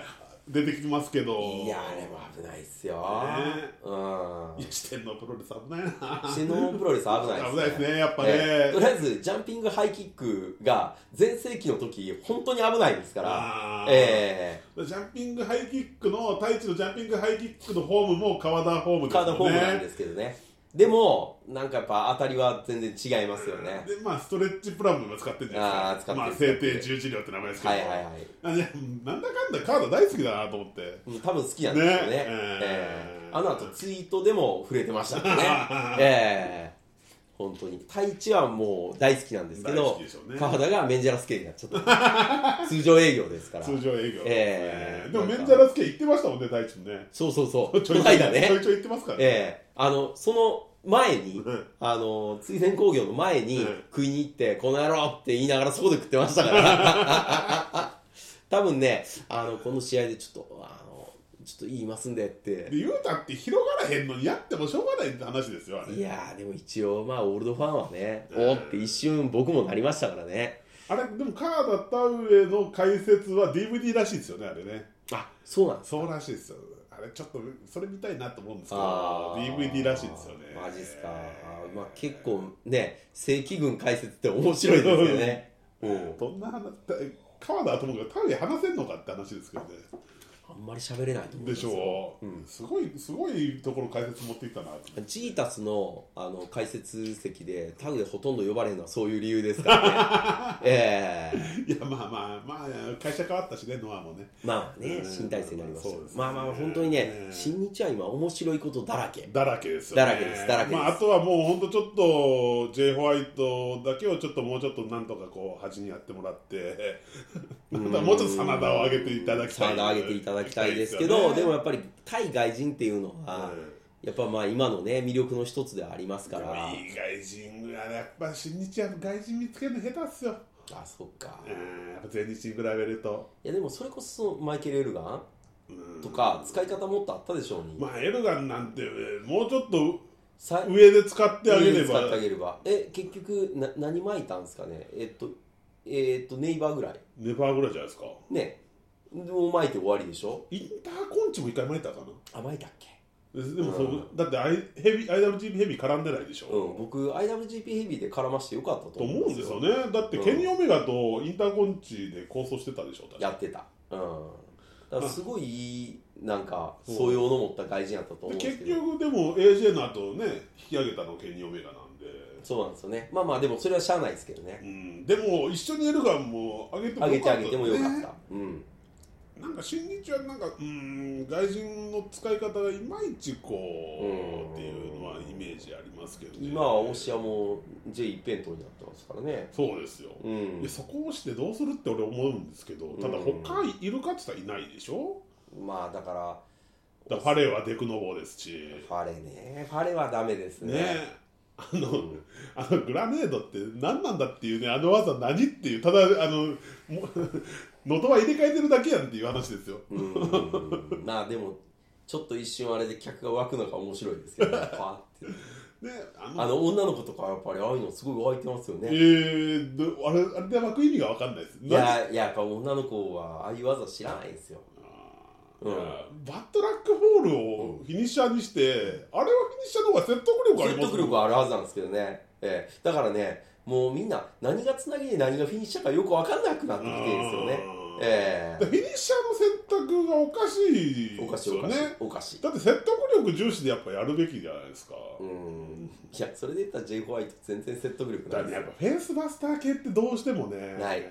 出てきますけどいやあれも危ないっすよ、ねうん1点のプロレス危ないなシノープロレス危ないっすね危ないですねやっぱね、えーとりあえずジャンピングハイキックが全盛期の時本当に危ないですからあーえジャンピングハイキックの太一のジャンピングハイキックのフォームも川田フォームー、ですよカねードホームなんですけどねでもなんかやっぱ当たりは全然違いますよねでまあストレッチプラムも使ってるんじゃないですかあーまあ使ってる制定十字量って名前ですけど、はいはいはいあいやなんだかんだカード大好きだなと思ってうん多分好きなんですよねねええーーあの後ツイートでも触れてましたも んねええ本当に太一はもう大好きなんですけ大ど好きでしょうね川田がメンジャラスケになっちゃった 通常営業ですから通常営業、えーでもメンジャラスケ行ってましたもんね太一もねそうそうそ うちこょいのちょい間ねちょいちょい行ってますからね、ええあのその前に、うんあの追善工業の前にうん食いに行って、この野郎って言いながらそこで食ってましたから 多分ねあのこの試合でちょっとあのちょっと言いますんでってで言うたって広がらへんのにやってもしょうがないって話ですよあれいやーでも一応まあオールドファンはね、うんおーって一瞬僕もなりましたからねあれでもカーダ田上の解説は DVD らしいですよねあれねあそうなんですそうらしいですよあれちょっとそれ見たいなと思うんですけどあー DVD らしいですよねマジっすか、あーまあ、結構ね正規軍解説って面白いですよねうんどんな話た川田智子が田上話せんのかって話ですけどねあんまり喋れないと思いまですしよょう、うんすごいすごいところ解説持っていったな ってジータスのあの解説席でタグでほとんど呼ばれるのはそういう理由ですからね ええいやまあまあまあ会社変わったしねノアもねまあねうん新体制になりました、そうですねまあまあ本当にねうん新日は今面白いことだらけだらけですよねだらけですだらけですまあ、あとはもう本当ちょっと J ホワイトだけをちょっともうちょっとなんとかこう端にやってもらって なんだもうちょっと真田を上げていただきたい真田を上げていただきたいですけどでもやっぱり対外人っていうのは、うんやっぱまあ今のね魅力の一つではありますかでもらいい外人がやっぱ新日は外人見つけるの下手っすよ、あそっかうん、やっぱ全日に比べると、いやでもそれこそマイケル・エルガンうんとか使い方もっとあったでしょうに、まあエルガンなんてもうちょっとさ上で使ってあげれ使ばってあげればえ結局な何巻いたんですかねえっとえっとネイバーぐらいネパーぐらいじゃないですかねもう巻いて終わりでしょインターコンチも一回巻いたかなあ巻いたっけででもそう、うんだってアイヘビ IWGP ヘビ絡んでないでしょ、うん僕 IWGP ヘビーで絡ましてよかったとと思思ううんんでですすよよねだってケニー・オメガとインターコンチで構想してたでしょ確かやってたうんだからすごいいいなんか素養の持った外人やったと思うんでです結けど局でも AJ の後ね引き上げたのケニー・オメガなんでそうなんですよねまあまあでもそれはしゃあないですけどねうんでも一緒にエルガンも上げても上げよてかったあげてもよかっねたうんなんか新日はなんかうん外人の使い方がいまいちこうんうっていうのはイメージありますけどね今はオシアも J 一辺倒になってますからねそうですよ、うんいやそこをしてどうするって俺思うんですけどただうん他いるかって言ったらいないでしょまあだからだからファレーはデクノボーですしファレねファレはダメですねねあの、あのグラネードって何なんだっていうねあの技何っていうただあのも 元は入れ替えてるだけやんっていう話ですようん まあでもちょっと一瞬あれで客が湧くのが面白い ですよねパーってねあのあの女の子とかはやっぱりああいうのすごい湧いてますよえねー、どあれあれで巻く意味が分かんないですいやいややっぱ女の子はああいう技知らないんですよいやバットラックホールをフィニッシャーにして、あれはフィニッシャーの方が説得力あり説ます得力はあるはずなんですけどね、ええ、だからねもうみんな何がつなぎで何がフィニッシャーかよく分かんなくなってきてるんですよねうんえ フィニッシャーの選択がおかしいえおかでしすいおよかしいねおかしいだって説得力重視でやっぱやるべきじゃないですか、うんいやそれで言ったら J ホワイト全然説得力なだいかですらやっよぱフェイスバスター系ってどうしてもねない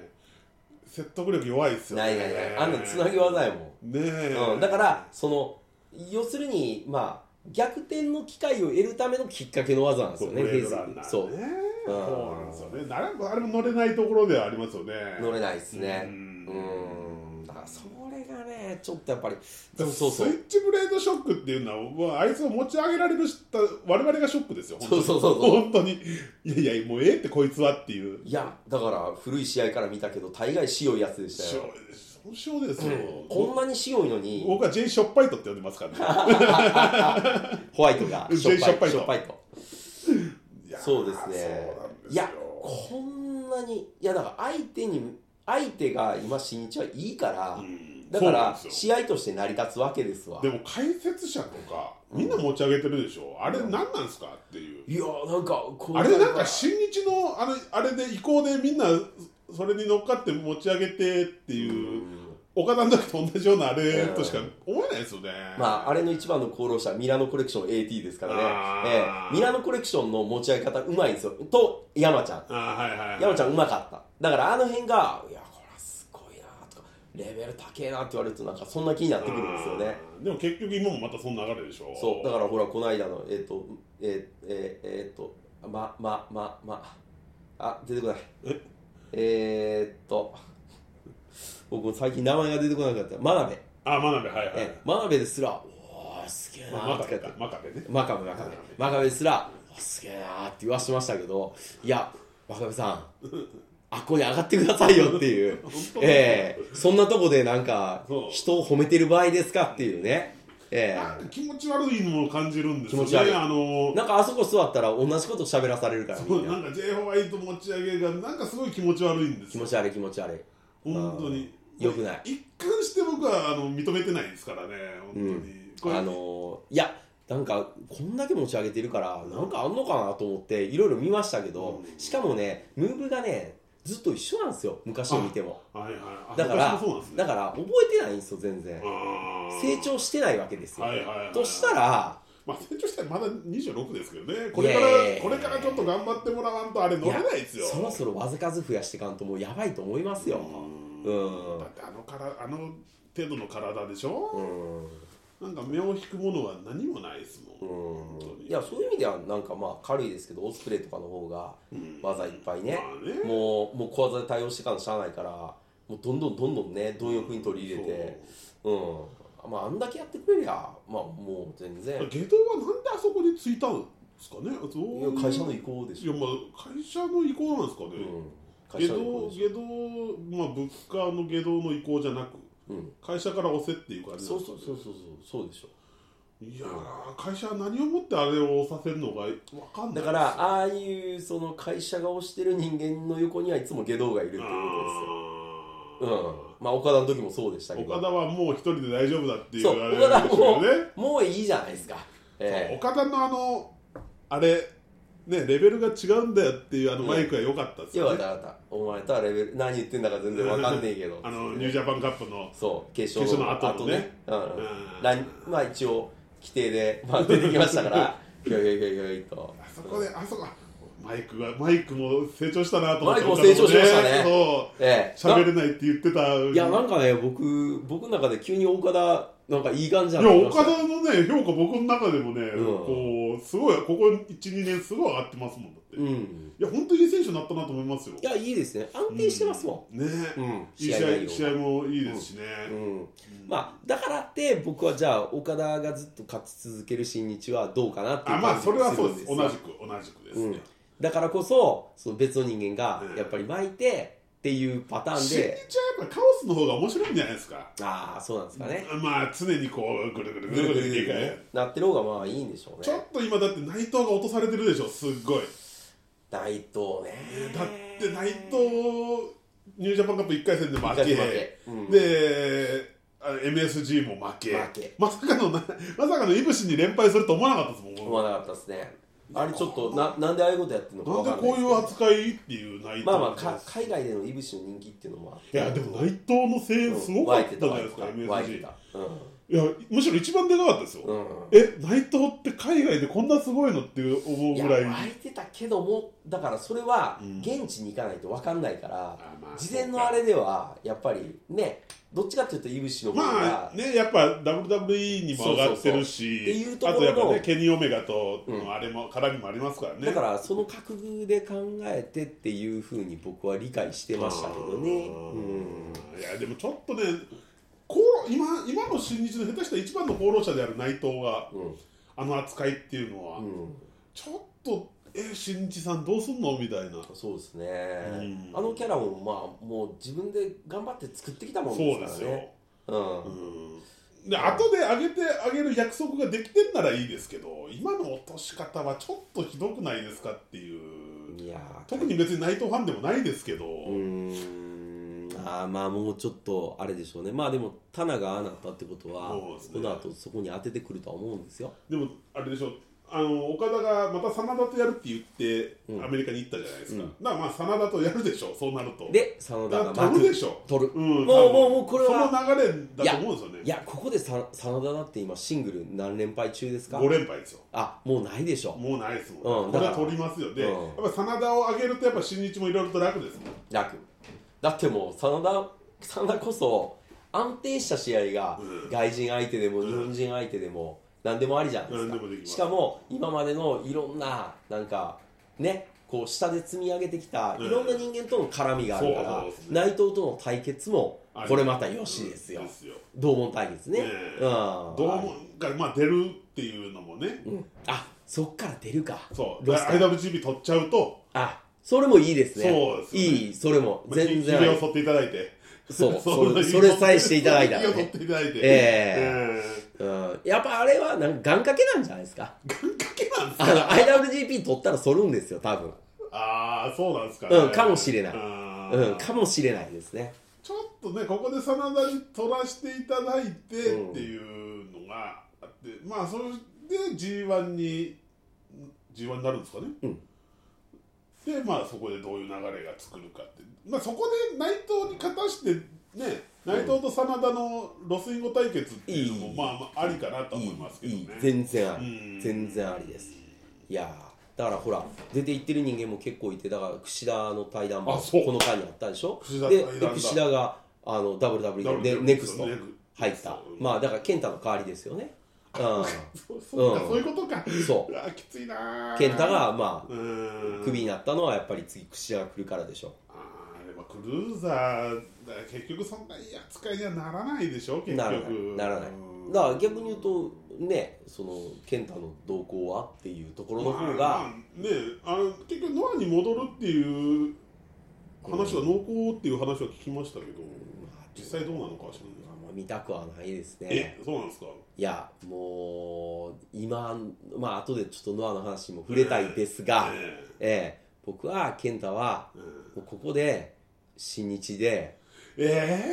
説得力弱いですよねないないないあんなつなぎ技やもんねえ、うん、だからその要するにまあ逆転の機会を得るためのきっかけの技なんですそうよブねレードランナーねそうううんそうなんですよねあれもあれも乗れないところではありますよね乗れないですねうんうんだだからそれがねちょっとやっぱりでそうもそうそうスイッチブレードショックっていうのは、まあ、あいつを持ち上げられるした我々がショックですよ本当にそうそうそうそう本当にいやいやもうええってこいつはっていういやだから古い試合から見たけど大概塩いやつでしたしよょそうしょうですよ、こんなに塩いのに僕は J ショッパイトって呼んでますからねホワイトがうんしょっぱいししょょっっぱぱいとい やーそうですねそうなんですよいやこんなにいやだから相手に相手が今新日はいいから、うんだかそうならんですよ試合として成り立つわけですわでも解説者とかみんな持ち上げてるでしょ、あれ何なんすかっていう、いやなんかこうあれなんか新日のあのあれで移行でみんなそれに乗っかって持ち上げてっうていう、ん岡田の時と同じようなあれとしか思えないですよね、まあ、あれの一番の功労者ミラノコレクション AT ですからねあ、えーえミラノコレクションの持ち上げ方うまいんですよと山ちゃんあはいはいはい山ちゃんうまかっただからあの辺がいやこれはすごいなとかレベル高えなって言われるとなんかそんな気になってくるんですよねうんでも結局今もまたその流れでしょそうだからほらこの間のえっ、とえー、えー、えー、とままままあ出てこないええー、っと僕も最近名前が出てこなかった真鍋、あ真鍋はいはい、ええ真鍋ですらおおすげえなまあ、ー真とか言壁ってか真壁ね真壁真壁真壁すら「おすげえな」って言わしてましたけどいや真壁さんあっこに上がってくださいよって いうええそんなとこでなんかそう人を褒めてる場合ですかっていうねえなんか気持ち悪いのを感じるんですよね気持ち悪いあのえなんかあそこ座ったら同じこと喋らされるからみんななんか J ホワイト持ち上げがなんかすごい気持ち悪いんです気よ持ち悪い気持ち悪い本当に良くない一貫して僕はあの認めてないですからね本当に、これあのいやなんかこんだけ持ち上げてるからなんかあんのかなと思っていろいろ見ましたけどうんしかもねムーブがねずっと一緒なんですよ昔を見てもはいはいあだから、私もそうなんですねだから覚えてないんですよ、全然。あー成長してないわけですよ。はいはいはいとしたら、まあ成長したらまだ26ですけどねこれからいやいやいやこれからちょっと頑張ってもらわんとあれ乗れないですよそろそろわずかず増やしていかんともうやばいと思いますよ。うんだってあのからあの程度の体でしょ、うん。なんか目を引くものは何もないですもん、本当にいや、そういう意味ではなんかまあ軽いですけど、オスプレイとかの方がん技いっぱいねまあね、もう、もう小技で対応していかんとしゃあないから、もうどんどんどんどんね、貪欲に取り入れて、うん。まあ、あんだけやってくれりゃ、まあもう全然、下道はなんであそこに着いたんですかねそういいやう会社の意向でいしやょ。まあ会社の意向なんですかね、うん。下会社の意向道でし下道まあ物価の下道の意向じゃなくょ。うん。会社から押せっていう感じなそんうですそかうねそうそうそうそうでしょいやー会社は何をもってあれを押させるのかわかんないだからああいうその会社が推してる人間の横にはいつも下道がいるっていうことですようんまあ岡田の時もそうでしたけど岡田はもう一人で大丈夫だっていうそうあれ岡田ですよもねもういいじゃないですかそうえ岡田のあのあれねレベルが違うんだよっていうあのうんマイクは良かったですえよかよっね、たよかったお前とはレベル何言ってんだか全然わかんねえけど あのニュージャパンカップのそう決勝の決勝の後のね後ねううんんランまあ一応規定で、まあ、出てきましたから ひょいひょいひょいひょいとあそこであそこあマイクがマイクも成長したなと思ってマイクも成長しましたね岡田もええそう喋れないって言ってたいいやなんかね僕僕の中で急に岡田なんかいい感じないんやで岡田のね評価僕の中でもね、んこうすごいここ12年すごい上がってますもんだって、ういんや本当にいい選手になったなと思いますよいや、いいですね。安定してますもねん。うん。いい試合試合合もいいですしね、うん。まあ、だからって、僕はじゃあ、岡田がずっと勝ち続ける新日はどうかなっていあうま感あじそれがはすそるうんでですすよ。同じく同じくですうね、ん。だからこそ、その別の人間がうん、やっぱり巻いてっていうパターン新日はで、やっぱカオスの方が面白いんじゃないですか、ああ、そうなんですかね。まあ常にこうぐるぐるぐるぐるっていかねなってる方がまあいいんでしょうちょねっ。と今だって内藤が落とされてるでしょすっごい内藤ね。だって内藤ニュージャパンカップ1回戦で負け一回戦負けうんであ MSG も負け負けまさかのなまさかのいぶしに連敗すると思わなかったですも思んわなかったですね。あれちょっと、な、なんでああいうことやってるのかわかなんんなでいこういう扱いっていう内藤まあまあ、か海外でのイブシの人気っていうのもあっいて。やでも内藤の声援すごかったじゃないですか湧いてた湧いて MSG た湧いてたうんいやむしろ一番でかかったですよ、うんえ内藤って海外でこんなすごいのって思いうやぐらい湧いてたけどもだからそれはうん現地に行かないと分かんないから、あまあ事前のあれではやっぱりねどっちかっていうと井口の方が、まあねやっぱ WWE にも上がってるしそうそうそうっていうとあことろのやっぱねケニー・オメガとのあれも、絡みもありますからねだからその覚悟で考えてっていうふうに僕は理解してましたけどね、うん、うんいやでもちょっとねこう今今の新日の下手した一番の功労者である内藤がうんあの扱いっていうのは、うんちょっとえ新日さんどうすんのみたいなそうですね、うんあのキャラもまあもう自分で頑張って作ってきたもんそうでですすかよ、らねうんうんで後で上げてあげる約束ができてんならいいですけど今の落とし方はちょっとひどくないですかっていういやー特に別に内藤ファンでもないですけど、うーんあーまあもうちょっとあれでしょうねまあでもタナがああなったってことは、そうですねこの後そこに当ててくるとは思うんですよでもあれでしょあの岡田がまた真田とやるって言って、うんアメリカに行ったじゃないですか、うんだからまあ真田とやるでしょそうなるとで真田だがから待取るでつしょ取るうん、も多う分もうもうこれはその流れだと思うんですいよねやここでさ真田だって今シングル何連敗中ですか5連敗ですよあもうないでしょもうないですもん、うんこれだはから取りますよで、うんやっぱ真田を上げるとやっぱ新日もいろいろと楽ですもん楽だってもう真田真田こそ安定した試合がうん外人相手でもん日本人相手でも何でもありじゃないですか何でもできますしかも今までのいろんななんかねこう下で積み上げてきたうんいろんな人間との絡みがあるから、そうそうですね内藤との対決もあれこれまたよしですよですよ同門対決ねねえうんどうもが、まあ、出るっていうのもね、うんあそっから出るかそうロだスかタらー IWGP 取っちゃうと、あそれもいいですねそうですねいいそれもまあ、全ひひげ然を剃っていただいてそう うそれそれさえしていただいたらひげをね剃っていただいてえええうんやっぱあれはなんか願掛けなんじゃないですかかけなんですあの IWGP 取ったら反るんですよ多分ああそうなんですか、うんかもしれないあーうんかもしれないですねちょっとねここで真田に取らせていただいてっていうのがあって、まあそれで G1 に G1 になるんですかね、うんでまあそこでどういう流れが作るかってまあそこで内藤に勝たしてね内藤と真田のロスインゴ対決っていうのも、いいまあまあありかなとい思いいますけいどねい全然あうんり全然ありですいやーだからほら出て行ってる人間も結構いてだから櫛田の対談もあそうこの回にあったでしょ櫛田で対談だで櫛田があの WWE で WWE ネクストネク入ったうんまあだから健太の代わりですよねうそうそうか、うんそういうことかんそうわきついなーう健太がまうあーんクビになったのはやっぱり次櫛田が来るからでしょあーでもクルーザーだから結局そんないい扱いにはならないでしょ結局ならないならないうんだから逆に言うとねその健太の動向はっていうところの方が、まあまあねあの結局ノアに戻るっていう話は濃厚っていう話は聞きましたけど、実際どうなのかは知らあないんま見たくはないですえねそうなんですかいやもう今まあ後でちょっとノアの話にも触れたいですが、えええ僕は健太はえうんもうここで新日でえ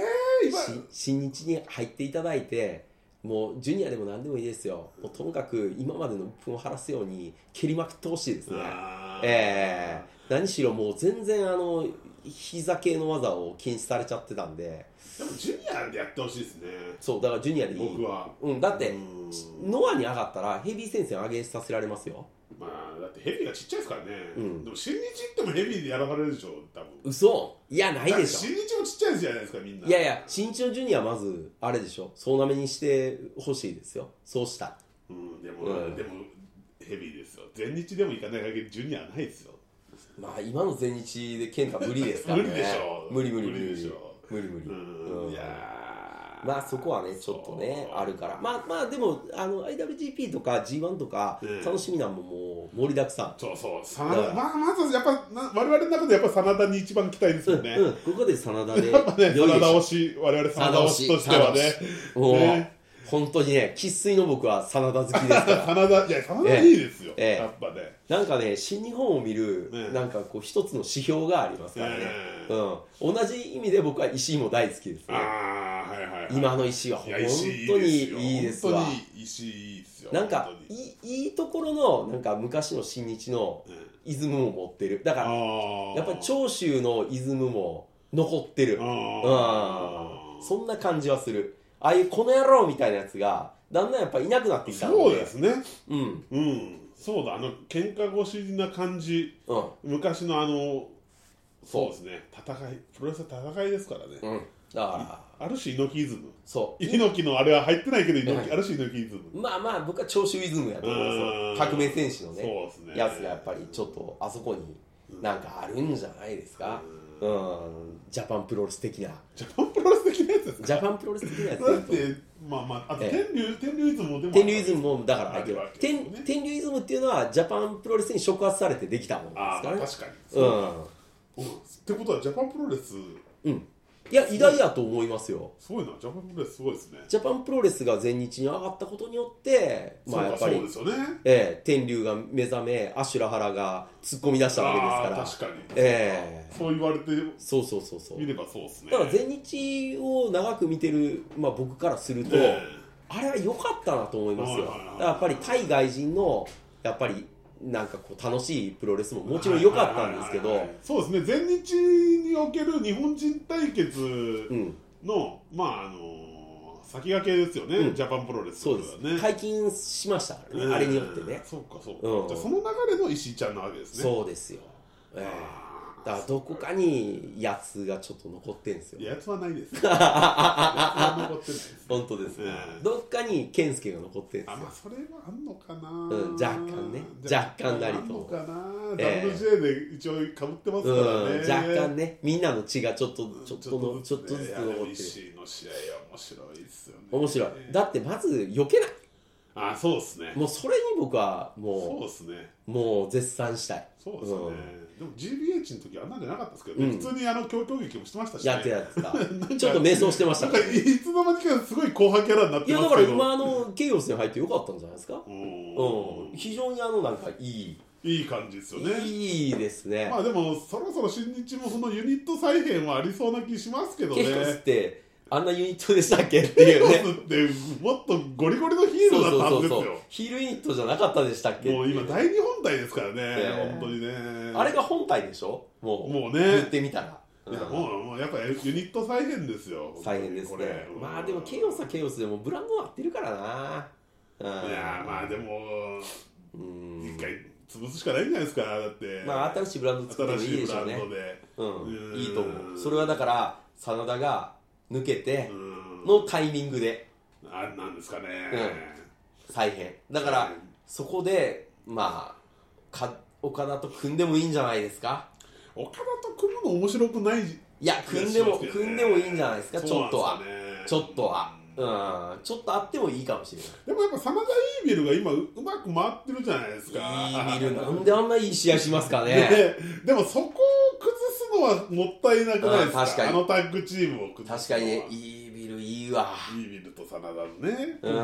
え今し新日に入っていただいてもうジュニアでも何でもいいですよもうともかく今までの鬱憤を晴らすように蹴りまくってほしいですねあーええ何しろもう全然あの膝系の技を禁止されちゃってたんででもジュニアでやってほしいですねそうだからジュニアでいい僕はうん、だってうんノアに上がったらヘビー戦線上げさせられますよまあだってヘビがちっちゃいですからね、うんでも新日行ってもヘビでやらされるでしょ多分嘘いやないでし新日もちっちゃいじゃないですかみんなょいやいや新日のジュニアまずあれでしょ総なめにしてほしいですよそうしたらうんでも、うんでもヘビーですよ全日でも行かない限りジュニアはないですよまあ今の全日で健太無理ですからね無理でしょ無理無理無理無理でしょ無理無理うん、うんいやーまあそこはねちょっとねそうあるからまあまあでもあの IWGP とか G1 とかうん楽しみなんももう盛りだくさんそうそうさだからまあまずやっぱな我々の中でやっぱ真田に一番期待ですうよんね、うん、ここで真田 でやっぱね良いで真田しょ推し我々真田推しとしてはねもう、ね本当にね生粋の僕は真田好きですか ら真田いや真田いいですよ、ええやっぱねなんかね新日本を見る、ねなんかこう一つの指標がありますからね、ええうん、同じ意味で僕は石井も大好きですあねあはいはい、はい、今の石井は本いや石井い当にいですよいいですわ本当に石井いいですよなんか本当いにいいいところのなんか昔の新日のうんイズムも持ってるだからあーやっぱり長州のイズムも残ってるあうんーそんな感じはするああいうこの野郎みたいなやつがだんだんやっぱいなくなってきたのでそうですねうんうんそうだあの喧嘩腰な感じうん昔のあのそうですね戦いプロレスは戦いですからね、うんだからある種猪木イズムそう猪木のあれは入ってないけど猪はい木ある種猪木イズムまあまあ僕は長州イズムやと思うんうんですよ革命戦士のそねうですねやつがやっぱりちょっとあそこになんかあるんじゃないですかうんジャパンプロレス的なジャパンプロレス的なやつ ですかジャパンプロレス的なやつだってまあまああとえ天竜天竜イズムでも天竜イズムもだから入ってるあるわけですよ天ね天竜イズムっていうのはジャパンプロレスに触発されてできたものですああからね確かにうんうんってことはジャパンプロレスうんいや偉大だと思いますよすごいなジャパンプロレスすごいですねジャパンプロレスが全日に上がったことによってまあやっそぱうかりそうですよねええ、天竜が目覚めアシュラハラが突っ込み出したわけああです確からかにええそう言われてそうそうそうそうみればそうですねだから全日を長く見てる、まあ、僕からすると、えあれは良かったなと思いますよ。だはいはいはいからやっぱり対外人のやっぱりなんかこう楽しいプロレスももちろん良かったんですけはいはいどはい、はいそうですね全日における日本人対う決ん、の、まああの先駆けですよね、うんジャパンプロレスそうです、ね解禁しましたからね、あれによってね。そうかそうか、うんじゃあその流れの石井ちゃんなわけですねそうですよ。ええあだからどこかにやつがちょっと残ってんですーいよ。ややつはない ですやつは残ってないです本当です、ねええどっかに健介が残ってんですあまよあ。それはあんのかな、ん若干ね若干なりとあんのかな、ええ WJ で一応かぶってますからうん、若ね、干ね、みんなの血がちょっと、ちょっとの、ちょっとずつね残っいやでもてる。石井の試合は面白いですよね面白いだってまず避けないあそうですねもうそれに僕はそもうですねうもう絶賛したいそうですね、でも GBH の時はあんなんじゃなかったですけど、うねん普通にあの強攻撃もしてましたし、ね、やってやってた ちょっと迷走してましたなんかからねいつの間にかすごい後半キャラになっいてやまだすかけらど 今あのケイオスに入ってよかったんじゃないですかううんん非常にあのなんかいいいい感じですよねいいですねまあでもそろそろ新日もそのユニット再編はありそうな気しますけどねケイオ スってあんなユニットでしたっけっていうねヘロスってもっとゴリゴリのヒーそうローそうだったそんうですそうよヒールユニットじゃなかったでしたっけもう今大日本体ですからね、ええ本当にねあれが本体でしょもうもうね言ってみたらいやもうもうやっぱユニット再編ですよ再編ですこれねまあでもケイオスはケイオスでもブランドなってるからなうんいやーまあでもうん一回潰すしかないんじゃないですかだってまあ新しいブランド作ってもいい新でししいブょラうンねドでうんうんいいと思うそれはだから真田が抜けてうんのタイミングであれなんですかね、再編だからそこでまあか岡田と組んでもいいんじゃないですか岡田と組むの面白くないいや組んでも組んでもいいんじゃないですかちょっとはちょっとはうんちょっとあってもいいかもしれないでもやっぱ真田イービルが今ううまく回ってるじゃないですかいいビルなんであんないい試合しますか ねででもそこを崩すのはもったいなくないですかうん確かにあのタッグチームを崩確すのかはにねいいビルいいわイービルと真田のねコンビう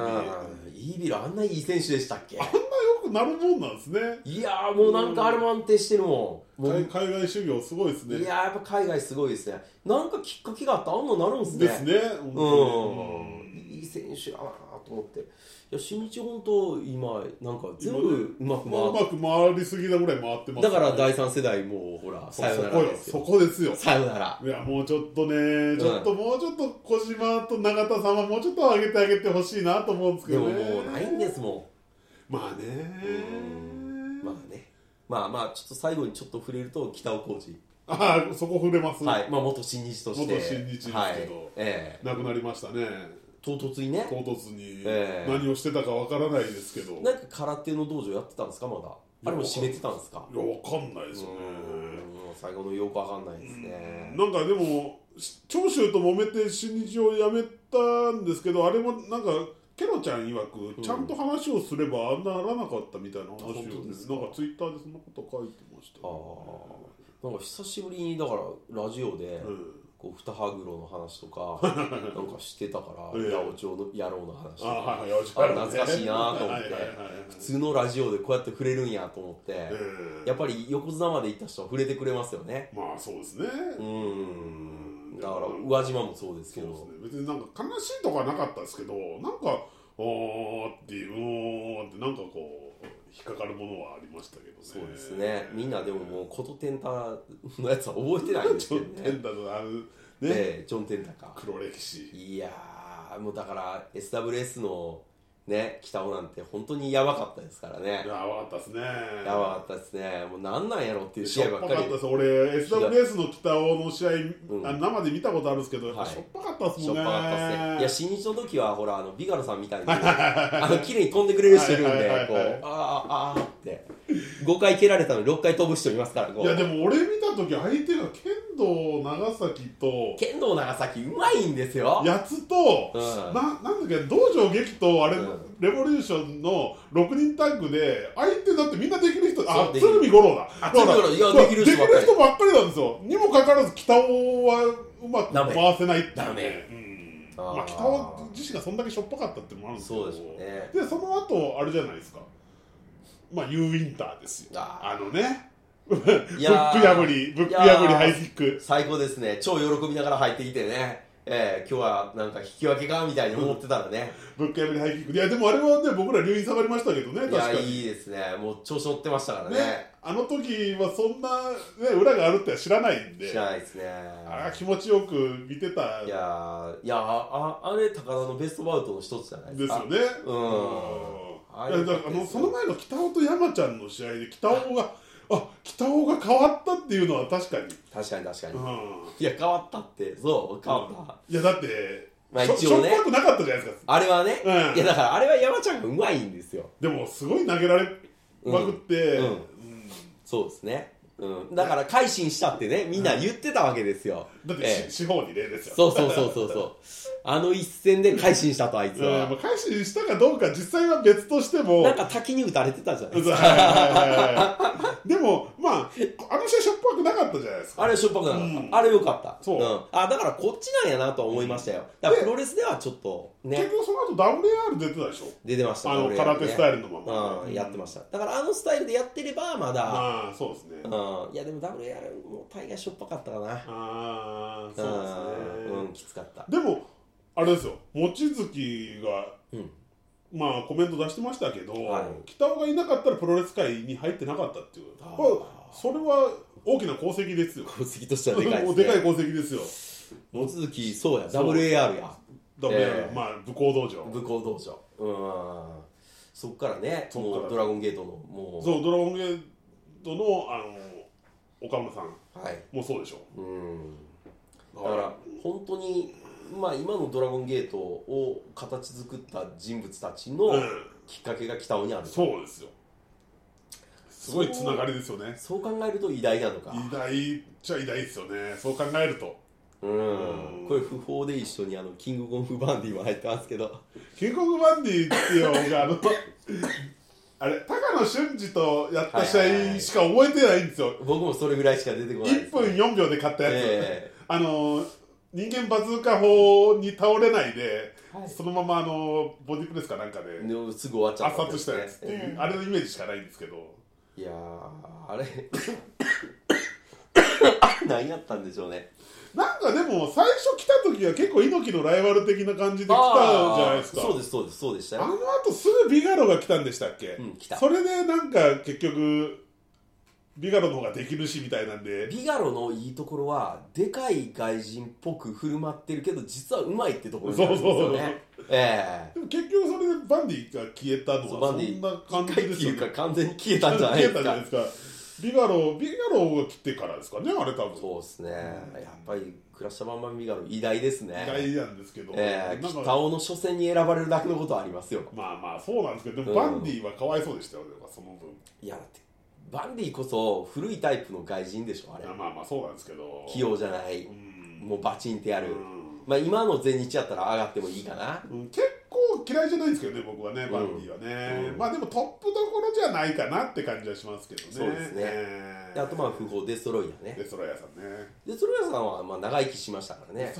んいいビルあんないい選手でしたっけあんなよくなるもんなんですねいやーもうなんかあれも安定してるもん。もう海海外修行すごいですねいやーやっぱ海外すごいですね。なんかきっかけがあったらあんななるんですね。ですね本う当ん。にいい選手だなと思って。いや、新日本当今、なんか全今ね部うまくまあう回っまく回りすぎなぐらい回ってますだから大第三世代もうほら、そさよならこよですそよ。こですよさよなら。いやもうちょっとね、んちょっともうちょっと小島と永田さんはもうちょっと上げてあげてほしいなと思うんですけでどもねもうないんですもまあねん。まあね。まあまあ、ちょっと最後にちょっと触れると、北尾浩二。ああそこ触れます、はい。まあ、元新日として。元新日ですけどはい。ええ亡くなりましたね唐突にね。唐突にええ何をしてたかわからないですけど、なんか空手の道場やってたんですかまだあれも閉めてたんですかいやわかんないですよねうん最後のよくわかんないですねなんかでもし長州と揉めて新日を辞めたんですけどあれもなんかケロちゃん曰くちゃんと話をすればあんなならなかったみたいな話を、あ本当ですかなんかツイッターでそんなこと書いてましたああなんか久しぶりにだからラジオでうんこう二羽黒の話と かなんかしてたからええ八百長の野郎の話とあかはいはあいれ懐かしいなと思っはいてはいはいはい普通のラジオでこうやって触れるんやと思ってええやっぱり横綱まで行った人は触れてくれますよねまあそうですね、うんんだから宇和島もそうですけそうでどすね別になんか悲しいとかはなかったですけどなんかおーっていうおーってなんかこう引っかかるものはありましたけどねそうですねみんなでももうことてんたのやつは覚えてないんですちょけっどねと変だとあるねええジョン・テンタか黒歴史いややーもうだから SWS のね北尾なんて本当にやばかったですからねやばかったですねやばかったですねもうなんなんやろっていうし試合ょっばぱっかかっりたです俺 SWS の北尾の試合、うんあ生で見たことあるんですけど、やっはいぱしょっぱかったですしょっもんねぱかったですねいや新日の時はほらあのビガロさんみたいにあの綺麗に飛んでくれる人いるんはいではいはいこはいうあーあーあーって5回蹴られたのに6回飛ぶ人いますからこういやでも俺見た時相手が剣道長崎と剣道長崎うまいんですよやつと、うんななんだっけ道場劇とあれ、うんレボリューションの6人タッグで相手だってみんなできる人あそうできる鶴見五郎だあだか鶴見ら五郎いやそうできる人ばっかりできる人ばっかりなんですよにもかかわらず北尾はうまくダメ回せないっていうねダメうんあーまあ、北尾自身がそんだけしょっぱかったってのもあるんですけどそうですよねでその後あれじゃないですかまあ U ウィンターですよああのねーいブック破りブック破いりやーハイキック最高ですね超喜びながら入ってきてねえー、今日はなんか引き分けかみたいに思ってたらね、ブック破りハイキックいやでもあれはね僕ら留飲下がりましたけどね確いやかにいいですねもう調子乗ってましたからねねあの時はそんな、ね、裏があるっては知らないんで知らないですねあー気持ちよく見てたいやーいやーああれ高田のベストバウトの一つじゃないでですすかよねううんんいやだからあのその前の北尾と山ちゃんの試合で北尾があ北尾が変わったっていうのは確かに、確かに確かに、ういん、や変わったってそう変わった、いやだって、まあしょ一応ねしょっぱくなかったじゃないですかあれはね、うんいやだからあれは山ちゃんがうまいんですよでもすごい投げられまくって、うんうんそうですね、うん、だから改心したってねみんな言ってたわけですよ、だってし、ええ四方に例ですよそうそうそうそうそうあの一戦で改心したとあいつうんまはあ、返ししたかどうか実際は別としてもなんか滝に打たれてたじゃないはいですはいかはいはいでもまああの試合しょっぱくなかったじゃないですかあれはしょっぱくなかった、うんあれよかった、そうんあだからこっちなんやなとは思いましたよだからプロレスではちょっとね結局その後 WAR 出てたでしょ出てましたあの俺空手スタイルのまま、うん、やってまししただからあのスタイルでやってればまただ、ああそうですねうん、いやでも WR も大概しょっぱかったかなああそうですね、うん、きつかったでもあれですよ望月がうんまあコメント出してましたけど、はい北尾がいなかったらプロレス界に入ってなかったっていうあーこれそれは大きな功績ですよ功績としてはでかいでもす うでねかい功績ですよ望月そうやそう WAR や WAR、ええまあ武功道場武功道場うんそっからねそっからもうドラゴンゲートのもうそう、ドラゴンゲートのあの岡村さんはいもそうでしうょ。んだから本当にまあ今のドラゴンゲートを形作った人物たちうのん、きっかけが北尾にあるそうですよ。すごいつながりですよね。そう考えると偉大なのか偉大っちゃ偉大ですよね。そう考えると。うんこれ不法で一緒にあのキングコングバンディも入ってますけどキングコングバンディっていうのが、あの、 あれ、高野俊二とやった試合しか覚えてないんですよ。僕もそれぐらいしか出てこないで1す分4秒で勝ったやつ。えあの、人間バズーカ法に倒れないで、はいそのままあのボディプレスかなんかでえでもすぐ終わっちゃっ圧た殺したやつっていう、あれのイメージしかないんですけど。いやーあれ 何やったんでしょうねなんかでも最初来た時は結構猪木のライバル的な感じで来あたあじゃないですかそうですそうですそうでしたあのよ後すぐビガロが来たんでしたっけ、うん来たそれでなんか結局ビガロの方ができるしみたいなんでビガロのいいところはでかい外人っぽく振る舞ってるけど実はうまいってところなんですよそうそうねええでも結局それでバンディが消えたのそうはバそンディんな感一じ回っでてすよいうねか完全に消えたんじゃないで消えすたじゃないかですかビガロビガロが来てからですかねあれ多分そうですねやっぱりクラッシャーバンバンビガロ偉大ですね意外なんですけど、えなんー、か北尾の初戦に選ばれるだけのことはありますよまあまあそうなんですけどでもうんバンディはかわいそうでしたよ、でもその分いやだってバンディこそ古いタイプの外人でしょあれまあまあそうなんですけど器用じゃないうんもうバチンってやる、うんまあ今の全日やったら上がってもいいかなうん結構嫌いじゃないんですけどね僕はねバンディはね、うんまあでもトップどころじゃないかなって感じはしますけどねそうですねえでーあとまあ不法デストロイヤーねデストロイヤーさんね デストロイヤーさんはまあ長生きしましたからね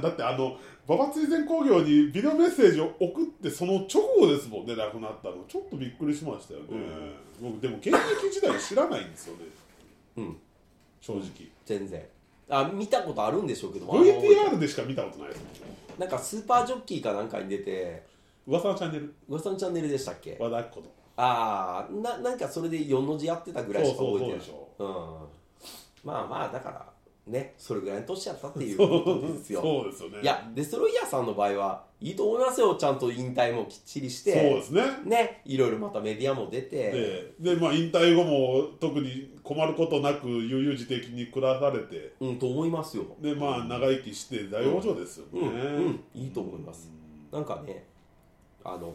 だってあの馬場追善工業にビデオメッセージを送ってその直後ですもんね亡くなったのちょっとびっくりしましたよね、僕でも現役時代知らないんですよねうん正直、全然あ見たことあるんでしょうけどあんま覚えてない VTR でしか見たことないですもんなんかスーパージョッキーかなんかに出て噂のチャンネル噂のチャンネルでしたっけ和田アキ子とああななんかそれで4の字やってたぐらいしか覚えてないそうそうそううんまあまあだからねそれぐらいの年やったっていうことですよそうですよねいやデストロイヤーさんの場合はいいと思いますよちゃんと引退もきっちりしそうでてすねねいろいろまたメディアも出て、でで、まあ、引退後も特に困ることなく悠々自適に暮らされてうんと思いますよでまあ長生きして大往生ですよね、うんうんいいと思いますなんかねあの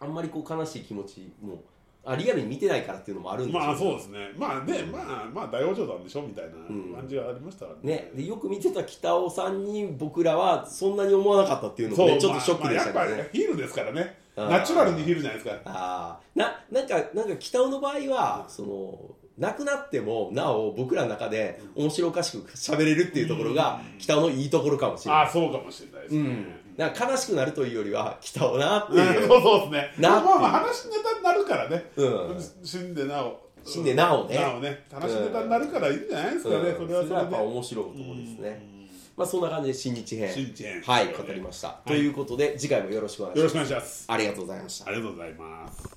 あんまりこう悲しい気持ちもあリアルに見てないからっていうのもあるんですよまあそうですねまあね、まあまあ大往生なんでしょみたいな感じがありましたからね、でよく見てた北尾さんに僕らはそんなに思わなかったっていうのもねちょっとショックでしたけまあどまあやっねぱヒールですからねうんナチュラルにヒールじゃないですかあーななんかなんか北尾の場合はその亡くなってもなお僕らの中で面白おかしく喋れるっていうところが北尾のいいところかもしれあない、あそうかもしれないですうね、ん、なんか悲しくなるというよりは北尾なってうんいう、 そうそうですねなっていまあうまあ話ネタになるからね、うん死んでなお死んでなおねなおね話ネタになるからいいんじゃないですかね、うんそれはそれでやっぱ面白いところですね、まあ、そんな感じで新日編新日編はい語りました、ということで次回もよろしくお願いしよますろしくお願いしますありがとうございましたありがとうございます